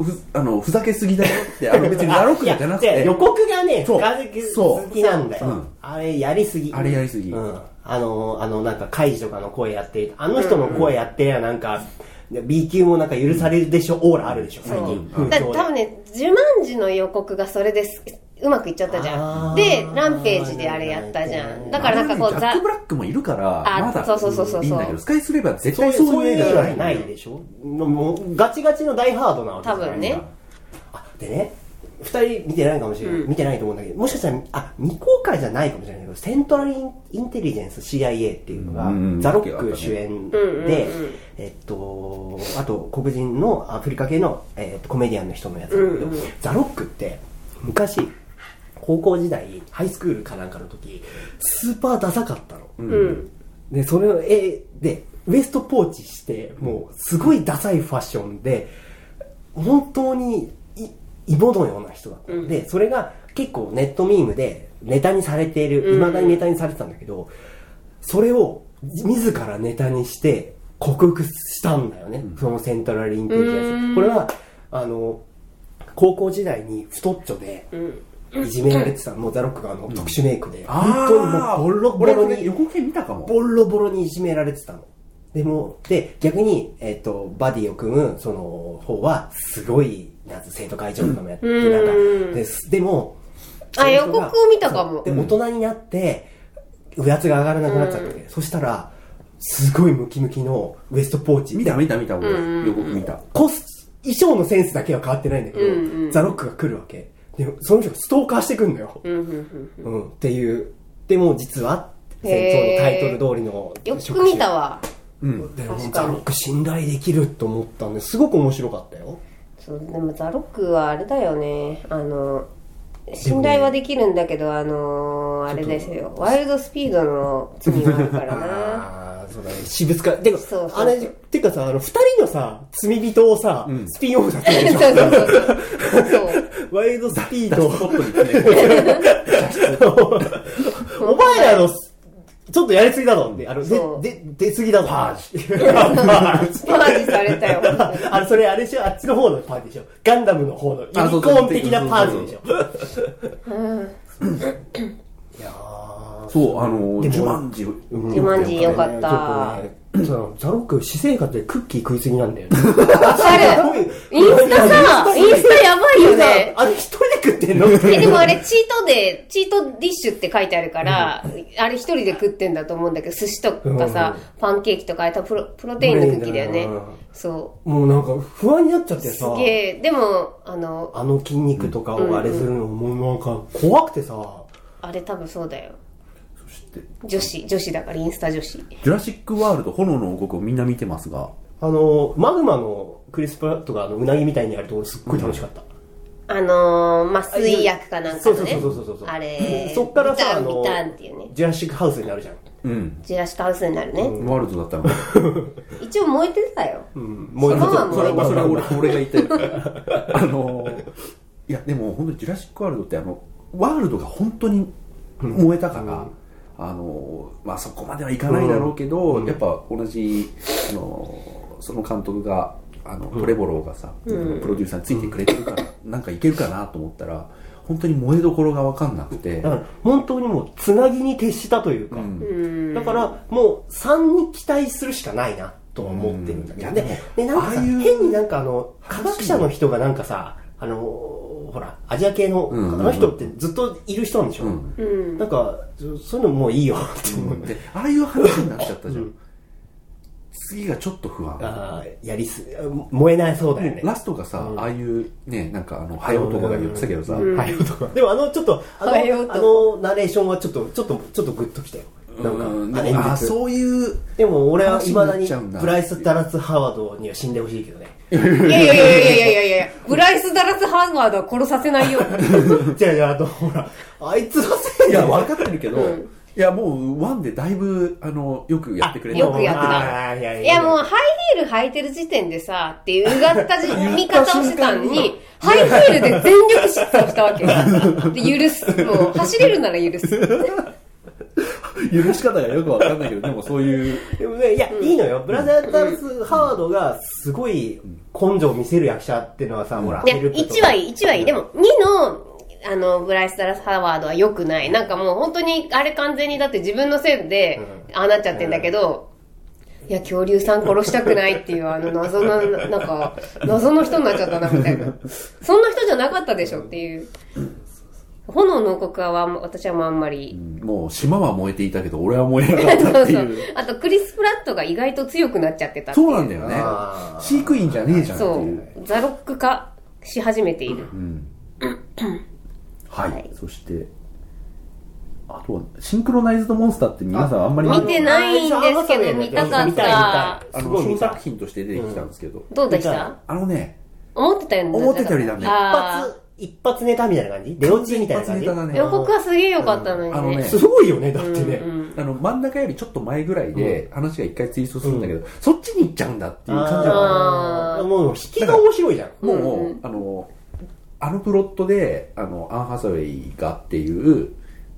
ふあのふざけすぎだよってあの別にラロックじゃなく
いやいや
て
予告がね、
そう
ガーズ好きなんだ
そうそう
よ。あれやりすぎ。
あれやりすぎ
うん。あの、あの、なんか、カイジとかの声やって、あの人の声やってりゃ、なんか、B 級もなんか許されるでしょ、オーラあるでしょ、最近。
そう。だ多分ね、ジュマンジの予告がそれです。うまくいっちゃったじゃ
あー
ん。で、ランページであれやったじゃん。だからなんかこ
ジ
う、
ャッ
ザ
ク・、ブラックもいるから
あ
まだ
そうそうそうそうそう
いいんだけどスカイスレーバー絶
そ
対
ういう
そ
そう
うい
いう
う映画
映画
じ
じゃ
ゃ
な
ない
いでしょもうもうガチガチの大ハードなわけ
多
じゃない
分ね。
あでね、2人見てないかもしれない、見てないと思うんだけど、もしかしたら、あ、未公開じゃないかもしれないけど、セントラルインテリジェンス CIA っていうのが、
うんうん
ザ・ロック主演で、
うんうんうん
えっと、あと黒人のアフリカ系の、えっと、コメディアンの人のやつなんだけど、
うんうん
ザ・ロックって昔、高校時代、ハイスクールかなんかの時、スーパーダサかったの。
うん。
で、それを、えーで、ウエストポーチして、もう、すごいダサいファッションで、本当に、い、芋のような人だったので、それが、結構ネットミームで、ネタにされている、
うん
未だにネタにされてたんだけど、それを自らネタにして克服したんだよね。そのセントラルインテリジェン
うん
ス。これは、あの、高校時代に太っちょで、
うん。
いじめられてた、もうザロックがあの、特殊メイクで、
あ
本当に
あ、
もうボロボ
俺
ロ
これ
に、
横剣見たかも。
ボロボロにいじめられてたの。でも、で、逆に、えっ、と、バディを組む、その、方は、すごい、なんつ生徒会長とかもやって、
うん
なんか
うん、
です。でも、
あ
その人
予
が
告を見たかも
そうで、大人になって、うやつが上がらなくなっちゃったわけ。そしたら、すごいムキムキのウエストポーチ。
見た見た見た、俺
うんうん。
予告見た。
コス、衣装のセンスだけは変わってないんだけど、
うんうん
ザ・ロックが来るわけ。で、その人がストーカーしてくんのよ。
うんうんうん
うん、っていう。でも実は、
へー
戦闘のタイトル通りの
よく見た
わ。
わ。
うん。
で
確かに
も、ザロック信頼できると思ったんで、すごく面白かったよ。
そう、でもザロックはあれだよね。あの、信頼はできるんだけど、あのー、あれですよ。ワイルドスピードの罪があるからな。
ああ、そうだね。私物化。てか、
そうそうそう
あれ、てかさ、あの、二人のさ、罪人をさ、
ん
スピンオフだったで
そ
し
う
ょ。
そうそうそう。そう。
ワイルドスピー
ダス
ド。
ポットに行ってね。
お前らの、ちょっとやりすぎだぞって。あ
そ
の、
う
で、で、出すぎだぞ。パ
パージされたよ。
あれ、それあれでしょあっちの方のパーティーでしょガンダムの方のユニコ
あそうそう
ーン的なパーティーでしょ いや
そう、あの、
でも
ジュマンジ。
ー
ジュマンジよかった
ちょっとねそうザロック、私生活でクッキー食いすぎなんだよね。
わかる。インスタさ、インスタやばいよね。
あれ一人で食ってんのみたい
え、
な
でもあれチートで、チートディッシュって書いてあるから、あれ一人で食ってんだと思うんだけど、寿司とかさ、パンケーキとか、あれ多分プロプロテインのクッキーだよね
うん。
そ
もうなんか不安になっちゃって
う。す
さ。
げえ。でも、あの、
あの筋肉とかをあれするのもうなんか怖くてさ。
あれ多分そうだよ。
そして、
女子、女子だから、インスタ女子。
ジュラシックワールド、炎の王国をみんな見てますが、
あの、マグマのクリスプラットがあのうなぎみたいにやるとこすっごい楽しかった。
あのー、麻酔薬かなんかのね。
そうそうそうそうそう
あれ、
そっから
ビタ
さ、あ
ン
の
ビタンっていうね、。
ジュラシックハウスになるじゃん。
うん。
ジュラシックハウスになるね。
ワールドだったの。
一応燃えてたよ。
うん。もう
そのまま
それは、
もう
それは俺、俺が言ったよ あのー、いや、でも本当にジュラシックワールドって、あの、ワールドが本当に燃えたから、あのー、まあそこまではいかないだろうけど、やっぱ同じ、あのー、その監督が、あの、トレボローがさ、プロデューサーについてくれてるから、なんかいけるかなと思ったら、本当に燃えどころがわかんなくて、
だから、本当にもう、つなぎに徹したというか、だから、もう、3に期待するしかないな、とは思ってるんだけど、
うんいや
で
でも
で、なんかさ
ああいう
変になんかあの、科学者の人がなんかさ、あの、ほら、アジア系の、
うんうんうん
あの人ってずっといる人なんでしょ、
うん
うん。
なんか、そそういうのもういいよ、って思って。
で、ああいう話になっちゃったじゃん。次がちょっと不安。
ああ、やりす、燃えないそうだよね。
ラストがさ、ああいうね、なんかあの、早男が言ってたけどさ、
ハエ男でもあのちょっとあの
ハエ男
あのナレーションはちょっとちょっとちょっとグッときたよなんか、
うん
あれ
あそういう、
でも俺は未だ
話になっちゃうんだ
にブライス・ダラス・ハワードには死んでほしいけどね
いやいやいやいやいやいやブライス・ダラス・ハンガードは殺させないよ。
じゃあじゃああとほらあいつのせい
い
だ
や、
よ
分かってるけど、
うん
いや、もう、ワンでだいぶ、あの、よくやってくれ た。
よくやっ
あーい
て
や
た。
いや
い
いや
やもうハイヒール履いてる時点でさ、っていううがったじ見方をしてた のに、ハイヒールで全力疾走したわけよ。で、許す。もう走れるなら許す。
許し方がよく分かん ないけど、でもそういう、
でもねいや、いいのよブラザー・ダラス・ハワードがすごい根性を見せる役者っていうのはさ、ほら
いや、1はいい、1はいい。でも、2の、あの、ブライス・ダラス・ハワードは良くない。なんかもう本当に、あれ完全にだって自分のせいで、ああなっちゃってんだけど、いや、恐竜さん殺したくないっていう、あの、謎の、 なんか、謎の人になっちゃったな、みたいな。そんな人じゃなかったでしょっていう。炎の王国は、私はもうあんまり。
もう、島は燃えていたけど、俺は燃えなかった
そう
って
そ
いう
う。。あと、クリス・プラットが意外と強くなっちゃってたってい。
そううなんだよね
あ。ー
飼育員じゃねえじゃんって
そ
いう。
う。ザロック化し始めている。
はい。
はい
そして、あとは、シンクロナイズドモンスターって皆さんあんまり
見てないんですけど見たかった
見たい見た
あ
いす
の、
ごい
新
見た
作品として出てきたんですけど、
どうでし
見た
た
い
あのね、
思ってたよね。
思ってたよりだね
一
あ
発一発ネタみたいな感じ出落ちみたいな感じ
一発ネタだ
ー
ね
予告はすげえ良かったの
あの
にね
ね。
すごいよねだってね、
あの真ん中よりちょっと前ぐらいで話が一回ツイートするんだけど、そっちに行っちゃうんだっていう感じなの
あー
もう引きが面白いじゃん
もう、あのあのプロットであのアン・ハサウェイがっていう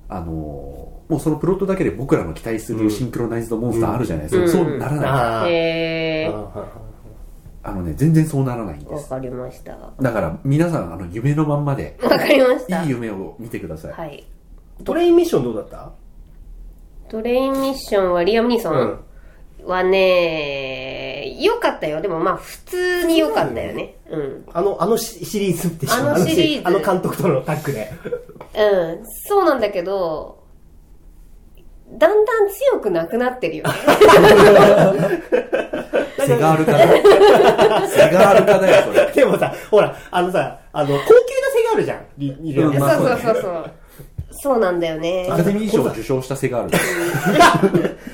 あのもうそのプロットだけで僕らの期待するシンクロナイズドモンスターあるじゃないですか、
うん
そうならない、
あー
へー
あのね全然そうならないんで
わ
す
かりました。わ
だから皆さんあの夢のまんまで
かりました。
いい夢を見てください、
はい。
トレインミッションどうだった
トレインミッションはリアム・ニーソンはね、良かったよ。でもまあ普通に良かったよね。うん。
あの、あのシシリーズって
あのシリーズ
あの監督とのタッグで。
うん。そうなんだけど、だんだん強くなくなってるよね。
セガール化 だセガール化だよそれ
でもさ、ほら、あのさ、あの、高級な背があるじゃん。リリレ
う
オ
ん ま
そ
あ
うそうそうそう。そうなんだよね
ア。カデミー賞を受賞したセガールだよ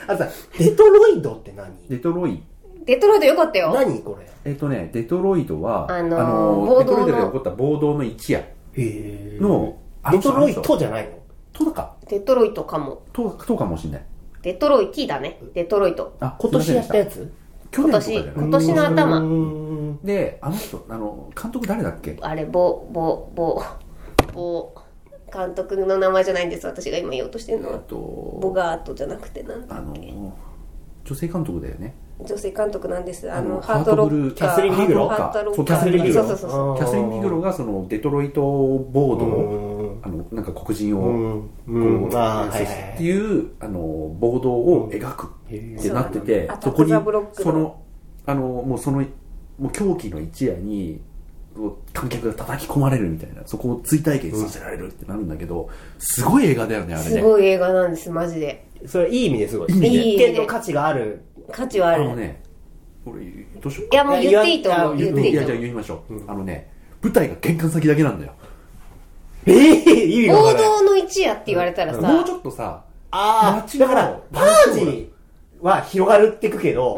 あのさ、デトロイドって何
デトロイ
デトロイト良かったよ。
何これ
えっとねデトロイドは
あのー
デ
暴
ト
動の
ロイドで起こった暴動の一夜
へー
のあ
デ
の
トロイト
と
じゃないの
とか
デトロイトかも。
ととかもしれない
デトロイティだね。デトロイト。
あ
今年やったや
す
つ
いませんでした去年とかじゃな
今
い
年の頭
うーん
であの人あの監督誰だっけ
あれ、ぼ、ぼ、ぼ、ぼ、監督の名前じゃないんです。私が今言おうとしてるの
え
は
っ。と
ボガートじゃなくてなんだ
あのー女性監督だよね
女性監督なんですあ
あ
の
の
ハートロッカー
ハートブルーキャスリンビグロ
ハートロッ
そう
カ
キャ
ー
スリンビグ
そ
ロ
うそうそうそう
あー
キャスリン・ビグロがそのデトロイト暴動
う
をあのなんか黒人
う
を
んうん
こう
あーは
そ
いうはい
っていうあの暴動を描くってなってて
うん
そこに
アタックザブロックの
そのあのもうそのもう狂気の一夜にこう観客が叩き込まれるみたいなそこを追体験させられるってなるんだけどすごい映画だよねあれ
す
ね
ごい映画なんですマジで
それいい意味ですごい
いい意味で
一定の価値がある
価値はあ
あ
る
のね俺どうしよう
いやもう言っていいと
いや
思う
いや
言ってい
い
いと
やじゃあ
思う
言いましょう、あのね舞台が玄関先だけなんだよ
ええ意味が
暴
わからない
動の一夜って言われたらさ
もうちょっとさ
ああ
街の
だからパージは広がるってくけど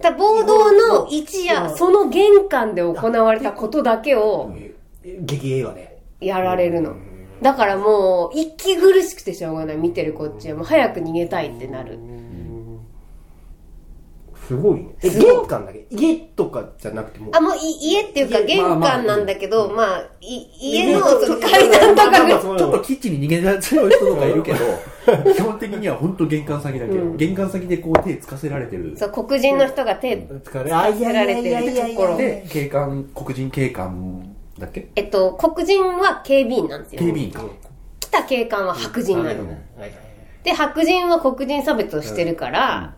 だから暴動の一
う
夜
ん
その玄関で行われたことだけを
劇映画で
やられるのだからもう息苦しくてしょうがない見てるこっちはもう早く逃げたいってなる
すごいねえ
すごい
玄関だけ家とかじゃなくてもう
あ、もうい家っていうか玄関なんだけど、まあ、い家の
ちょっと
その階段とかぐらい
ち
ち
ょ
ょ
っ
っ
と
とキッチンに逃げ出ちゃう人とかいるけど基本的には本当玄関先だけ、玄関先でこう手つかせられてる
そう、黒人の人が手、
疲れあいやいやいやいやい
作られ
や
て
で警官黒人警官だっけ
えっと、黒人は警備員なんです
警
よ。
備員か、
来た警官は白人なの。
はいはい
で、白人は黒人差別をしてるから、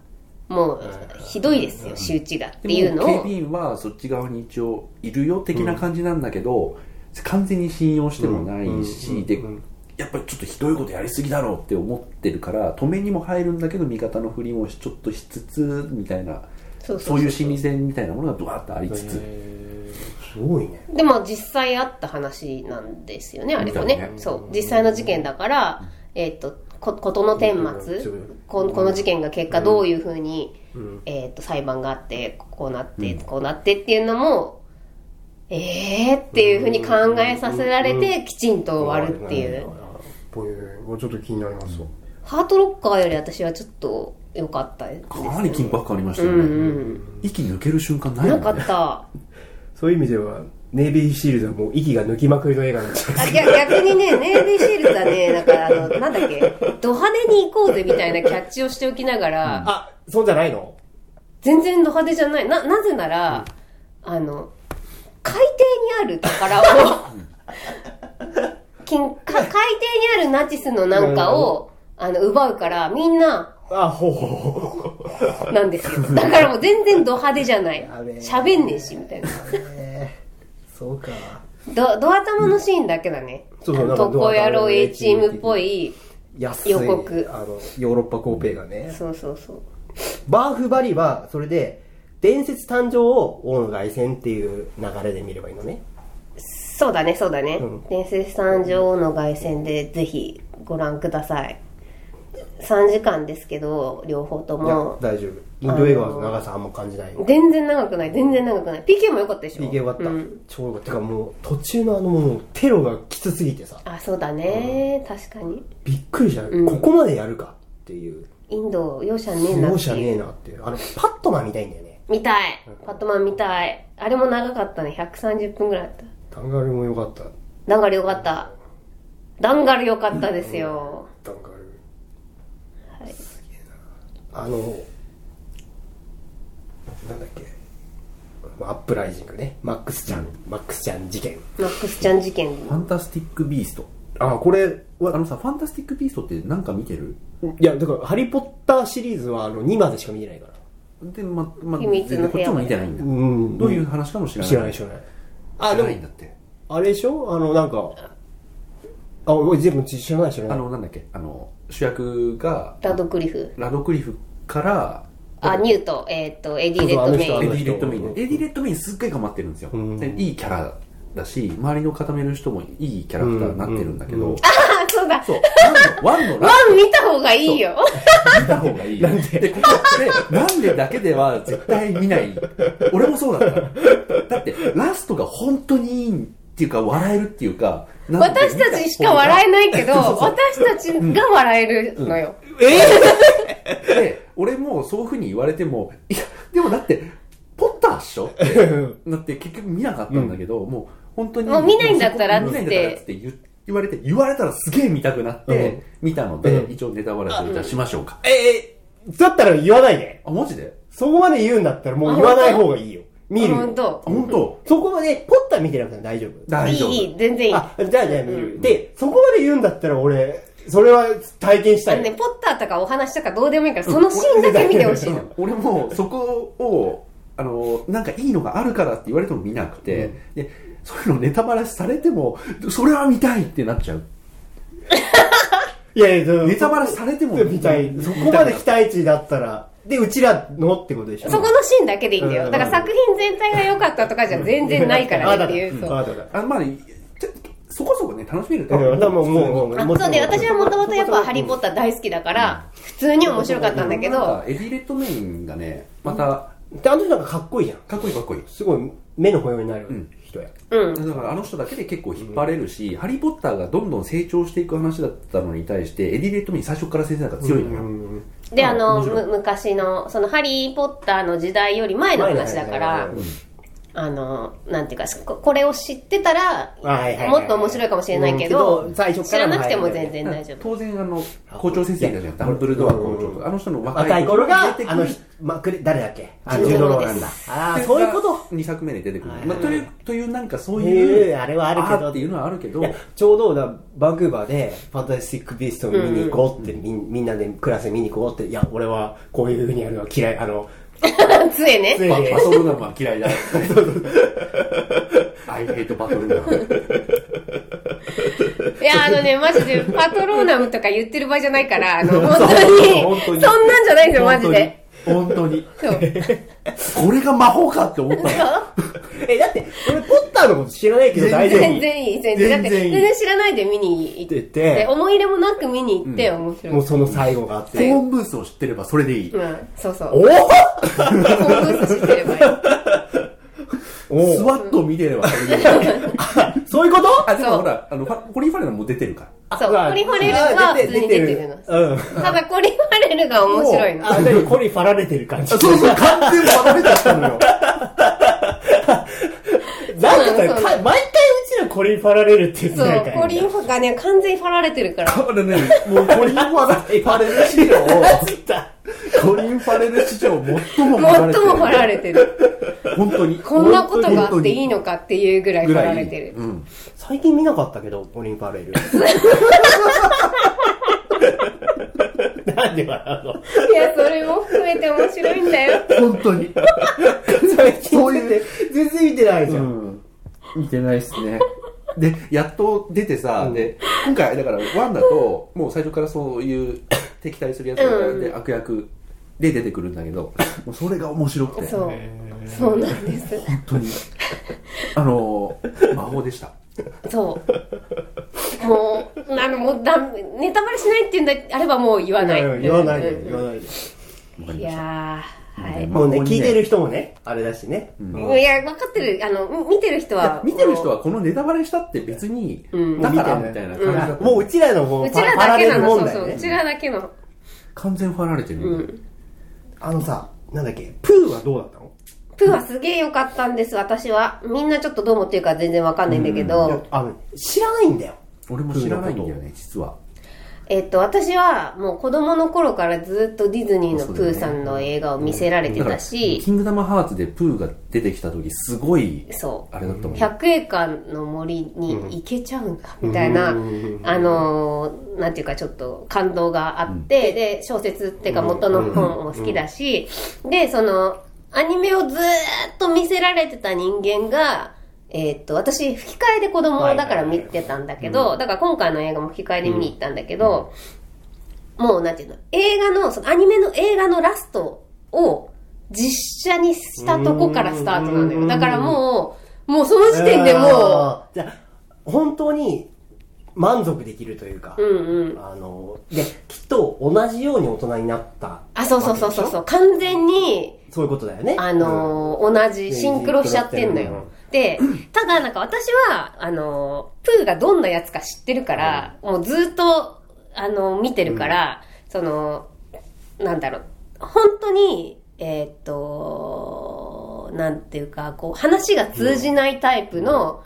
もう、ひどいですよ、仕打ちがって
で
いうの
も警
を
備。員はそっち側に一応いるよ的な感じなんだけど、完全に信用してもないし、
うんうん
で、
うん
やっぱりちょっとひどいことやりすぎだろうって思ってるから止めにも入るんだけど味方の振りもちょっとしつつみたいな
そうそうそう
そういう心理戦みたいなものがブワーッとありつつ、
えーすごいね
でも実際あった話なんですよね、あれも
みたい
ね。
ね
そう。実際の事件だから、えっと、こことの顛末
うん、
ここの事件が結果どういうふうに、えっと、裁判があって、こうなって、こうなってっていうのも、ええー、っていうふうに考えさせられて、きちんと終わるっていう。
こういうもうちょっと気になりますわ
ハートロッカーより私はちょっと良かったです。
かなり緊迫感ありましたよね、息抜ける瞬間ないも
なんかっ
ね
た。
そういう意味ではネイビーシールドはもう息が抜きまくりの映画なんです
あ逆逆にね、ネイビーシールズはね、だからあの、なんだっけ、ド派手に行こうぜみたいなキャッチをしておきながら、
あそうじゃないの
全然ド派手じゃない。な、なぜなら、あの、海底にある宝 を、金か海底にあるナチスのなんかを、あの、奪うから、みんな、
あほうほうほう
なんです よ。だからもう全然ド派手じゃない
べえ。
喋んねえし、みたいな。
そうか
ド、ド頭のシーンだけだね。
そうそうなんか
特攻野郎 A チームっぽい。
安い
予告
あのヨーロッパコーペがね
そうそうそう。
バーフバリはそれで伝説誕生を王の凱旋っていう流れで見ればいいのね
そうだね、そうだね。
うん
伝説三条の凱旋でぜひご覧ください。3時間ですけど、両方と
いや
も。
大丈夫インド映画の長さあんま感じない
全然長くない、全然長くない。PK も良かったでしょ
いけ終わった、
うん
超よかったてかもう途中のあのもうテロがきつすぎてさ
あ、そうだね、確かに。
びっくりした、ここまでやるかっていう
インド、容赦ねえな
容
って
赦
い
ね
う。
えなっていうあのパットマン見たいんだよね
見たい。パットマン見たい。あれも長かったね。130分ぐらいあった。
タンガルもよかった
流れ良かった。ダンガル良かったですよ。
ダンガル。あの、なんだっけ、アップライジングね、マックスちゃん、マックスちゃん事件。
マックスちゃん事件。
ファンタスティック・ビースト。
あ、これ
あのさ、ファンタスティック・ビーストってなんか見てる
いや、だから、ハリー・ポッターシリーズはあの2までしか見てないから。
で、ま、ま、
秘密
全
の
然こ
部
っち
屋
も
ま
見
で
てないんだ。
ん
どういう話かも知らない。
知らない、知らない。あ、
知ら
でも
ないん、だって。
あれでしょあの、なんか、あ、俺全部知らない、知らな
あ
い。
の、なんだっけ、あの、主役が、
ラドクリフ。
ラドクリフから、
あ、ニュート、えっ、と、エディ・レッドメ
そうそうあの人あ
エ
イ
デ
ン。
ィ・レッドメイン
うん
エディ・レッドメインすっごい頑張ってるんですよ、
ん
でいいキャラだし周りの固めの人もいいキャラクターになってるんだけど、あ
あ、そうだ。
そうワンのワンのラ
ワン見た方がいいよ。
見た方がいいなんででここでなんでだけでは絶対見ない俺もそうだっただってラストが本当にいいっていうか笑えるっていうかなんで
私たちしか笑えないけど、
そうそうそう
私たちが笑えるのよ。
で俺もそういうふうに言われてもいやでもだってポッターっしょってなって結局見なかったんだけど、もう本当に
もう見ないんだったらっつ
も
っ
う
て
見ないんだったらっつって言言われて言われたらすげえ見たくなって、
うん
見たので、
うん
一応ネタバレをいたしましょうか、
え、え、だったら言わないで。
あマジで
そこまで言うんだったらもう言わない方がいいよ。見るよ。
本当
あ本当
そこまで、ポッター見てなくても大丈夫。
大
い
丈夫
い、いい、全然いい。あ
あ、じゃあじゃあ見る。で、そこまで言うんだったら俺、それは体験した
のね、
い。
ポッターとかお話とかどうでもいいから、そのシーンだけ見てほしいの。
俺もそこをあのなんかいいのがあるからって言われても見なくて、でそういうのネタバレされてもそれは見たいってなっちゃう
いやいや、
ネタバレされても
みたい。そこまで期待値だったら、で、うちらのってことでしょ。
そこのシーンだけでいいんだ
う
よ。
ん
だから作品全体が良かったとかじゃ全然ないからねっていう。そう
あ、だから。
あまあちょそこそこね楽しめると
だからもう、もう、
あそうで、私はもともとやっぱハリー・ポッター大好きだから、普通に面白かったんだけ
なん
ど、
かエディ・レッドメインがねまた
で、あの人なんかかっこいいじゃん。
かっこいいかっこいい
すごい、目の保養になる
ん
人や。
うん。
だからあの人だけで結構引っ張れるし、ハリー・ポッターがどんどん成長していく話だったのに対してエディ・レッドメイン最初から先生なんか強いのよ、
うん
で、あの、
面白い
む昔の、その、ハリー・ポッターの時代より前の話だから
前の話だね、
あの、なんていうか、ここれを知ってたら、
はいはいはい
もっと面白いかもしれないけど
うんけど最初
知
かららの
なくても全然大丈夫。
当然あの校長先生いたじゃんダンブルドア校長とかあの人の
若い頃が、あの
人
人、ま、くれ、誰だっけあ、
ジュ
ジュ
ド
ド
ロ
ロ
で
なんだ。
す
ああ、そういうこと
2作目で出てくる、
はい
まあ、というというなんかそう
へ
い
え
う
あれはあるけど
ーっていうのはあるけど
いやちょうどだバンクーバーで「ファンタスティック・ビースト」を見に行こうって、みんみんなでクラスで見に行こうっていや俺はこういうふうにやるのは嫌いあの
杖ね。
杖
バ
で
バトルナンは嫌いだ。I hate バトルナン。
いや、あのね、マジで、パトローナムとか言ってる場合じゃないから、あの、本
本
当
当
に、
に
そんなんじゃないんですよ、マジで。
本当に。
そう。
これが魔法かって思ったの。
えだって俺ポッターのこと知らないけど大丈夫
全然いい、全然。だって、
全然い
全
い
然知らないで見に行って、
出て
思い入れもなく見に行って、面白い。
もうその最後があっ
コ
て
ーンブースを知ってればそれでいい。
うん、そうそう。
お
興奮してればいい。
お
ス
お
ワッと見てれ ばそれでいい。
そういうこと
あ、で
そう
もほら、あの、ファコリン・ファレルも出てるから。
そう
まあ
コリンファレルが
あ出
普通に出てるの
うん
ただコリン・ファレルが面白いの。
あ何コリファられてる感
そ
じ
うそう、完全に学べちゃったのよ。
そう
なんかさ
なの
か毎回うちらコリファられるって言って
そ
ないうか、い
コリン・ファがね、完全にファられてるから。
これね、もうコリン・ファレル史上、コリン・ファレル史上最も
最もファら
れ
れてる。
てる。本当に。
こんなことがあ
本
っ
当
て
に
いいのかっていうぐらいフ
ぐ
ァ
ら
ら
い。
れてる。
うん。
最近見なかったけどコリンファレルなんで笑うの
いや、それも含めて面白いんだよ。
本当に。
最近
そういう
全然見てないじゃん、
うん。見てないっすね。で、やっと出てさ、
うん
で、今回、だから、ワンだと、もう最初からそういう敵対するやつだから
うん
で、悪役で出てくるんだけど、もうそれが面白くて、
そ
本
う。そうなんです。
当 に、あの、魔法でした。
そう。もう、あの、もうだ、ネタバレしないっていうんであればもう言わない。
うん言わないで、
うん
言わな
わか
い
いで。
りました。
やー、はい。
もうね、
ここにね
聞いてる人もね、あれだしね。
いや、分かってる。あの、み見てる人は。
見てる人はこのネタバレしたって別に、
ん
だから
もう
み
見
た
て
い
な
な感
うん
じだ
あ
った
もううちらのもう
う
パ
ちら
パラ
だ
レ
けな
ル
の、
問
そうそう。
題
うち
ね。
らだけの。
完全ファられてる、
うん。
あのさ、なんだっけ、プーはどうだったの
プーはすげえ良かったんです、私は。みんなちょっとどう思ってるか全然わかんないんだけ
いや
ど。
あの、知らないんだよ。
俺も知らないんだよね実は
えっと、私はもう子供の頃からずっとディズニーのプーさんの映画を見せられて
だ
た
から
し
キ、ングダムハーツでプーが出てきた時すごい
そう
あれだったもんね
100エーカーの森に行けちゃうんだ、みたいな、
うん
あのーなんていうかちょっと感動があって、で、小説っていうか元の本も好きだし、で、その、アニメをずーっと見せられてた人間が、えーっと、私、吹き替えで子供だから見てたんだけど、だから今回の映画も吹き替えで見に行ったんだけど、もうなんていうの、映画の、そのアニメの映画のラストを実写にしたとこからスタートなんだ
う
よ。
ん
だからもう、もうその時点でも
あーじゃあ本当に満足できるというか、
う、うんうん。
あのできっと同じように大人になった
あ、そうそうそうそう
わけでし
そう、完全に、
ょそういうことだよね
あのー同じ、シンクロしちゃってんのよ。で、ただなんか私は、あのープーがどんなやつか知ってるから、もうずっと、あのー見てるから、その、なんだろう、本当に、えーっと、なんていうか、こう、話が通じないタイプの、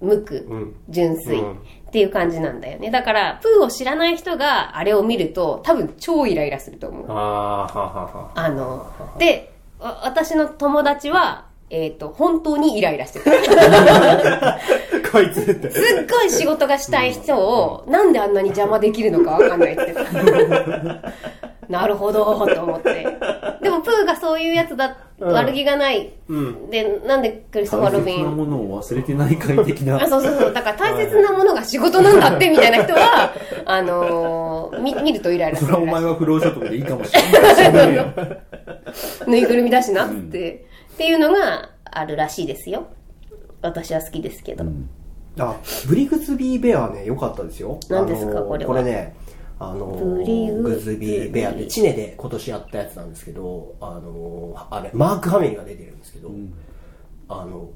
無垢、
うん
純粋
うん
っていう感じなんだよね。だから、プーを知らない人があれを見ると、多分超イライラすると思う。
ああーははは
あの、で、わ私の友達は、えっ、と、本当にイライラしてた。す
こいつって
っごい仕事がしたい人を、なんであんなに邪魔できるのかわかんないって。なるほど、と思って。でも、プーがそういうやつだ、
うん
悪気がない。
うん
で、なんでクリストファ
大
ー・ロビ
切な
ン。
ものを忘れてない快 適な
あ、そうそうそう。だから大切なものが仕事なんだって、みたいな人は、あのーみ見るとイライラす
そ
る
れはお
らし
前
い。
は不労所得でいいかもしれないよ
ぬいぐるみだしなって、っていうのがあるらしいですよ。私は好きですけど。
あブリグズビーベアね良かったですよ
何ですか
あの
これは
これねあの
ブリグ
グズビーベアってチネで今年やったやつなんですけどあのあれマーク・ハメリが出てるんですけど、あの、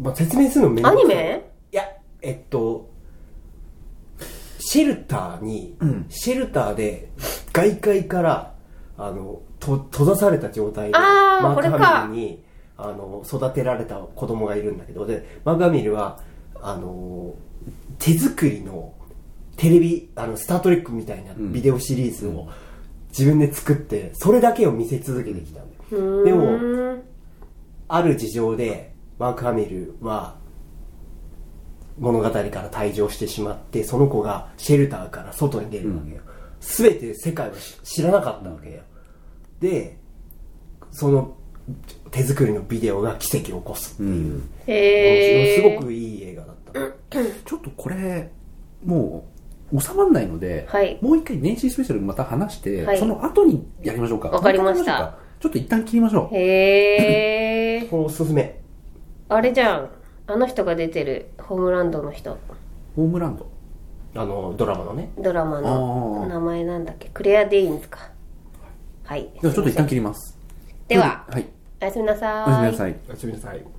まあ、説明するのめんど
ア
くさ
ニ
い
メ
いや、えっと、シェルターに、シェルターで外界から、あの、と閉ざされた状態で、
あー
マーク・
これか
ハミルに、あの、育てられた子供がいるんだけど、で、マーク・ハミルは、あの、手作りのテレビ、あの、スタートレックみたいなビデオシリーズを自分で作って、それだけを見せ続けてきたんだよ。でも、ある事情でマーク・ハミルは物語から退場してしまってその子がシェルターから外に出るわけよ、全て世界を知知らなかったわけよでその手作りのビデオが奇跡を起こすっていう、
へー
すごくいい映画だった、
ちょっとこれもう収まらないので、
はい
もう一回年始スペシャルまた話して、
はい
その後にやりましょうか
わかりま
もう
した
一回やりょうかちょっと一旦切りましょう
へー。
このおすすめ
あれじゃん。あの人が出てる、ホームランドの人。
ホームランド
あのドラマのね
ドラマ
あ
の
ー
名前なんだっけクレア・デインズか。はい。
ではちょっと一旦切ります
では、
はい
おやすみなさ
おやすみなさい
おやすみなさい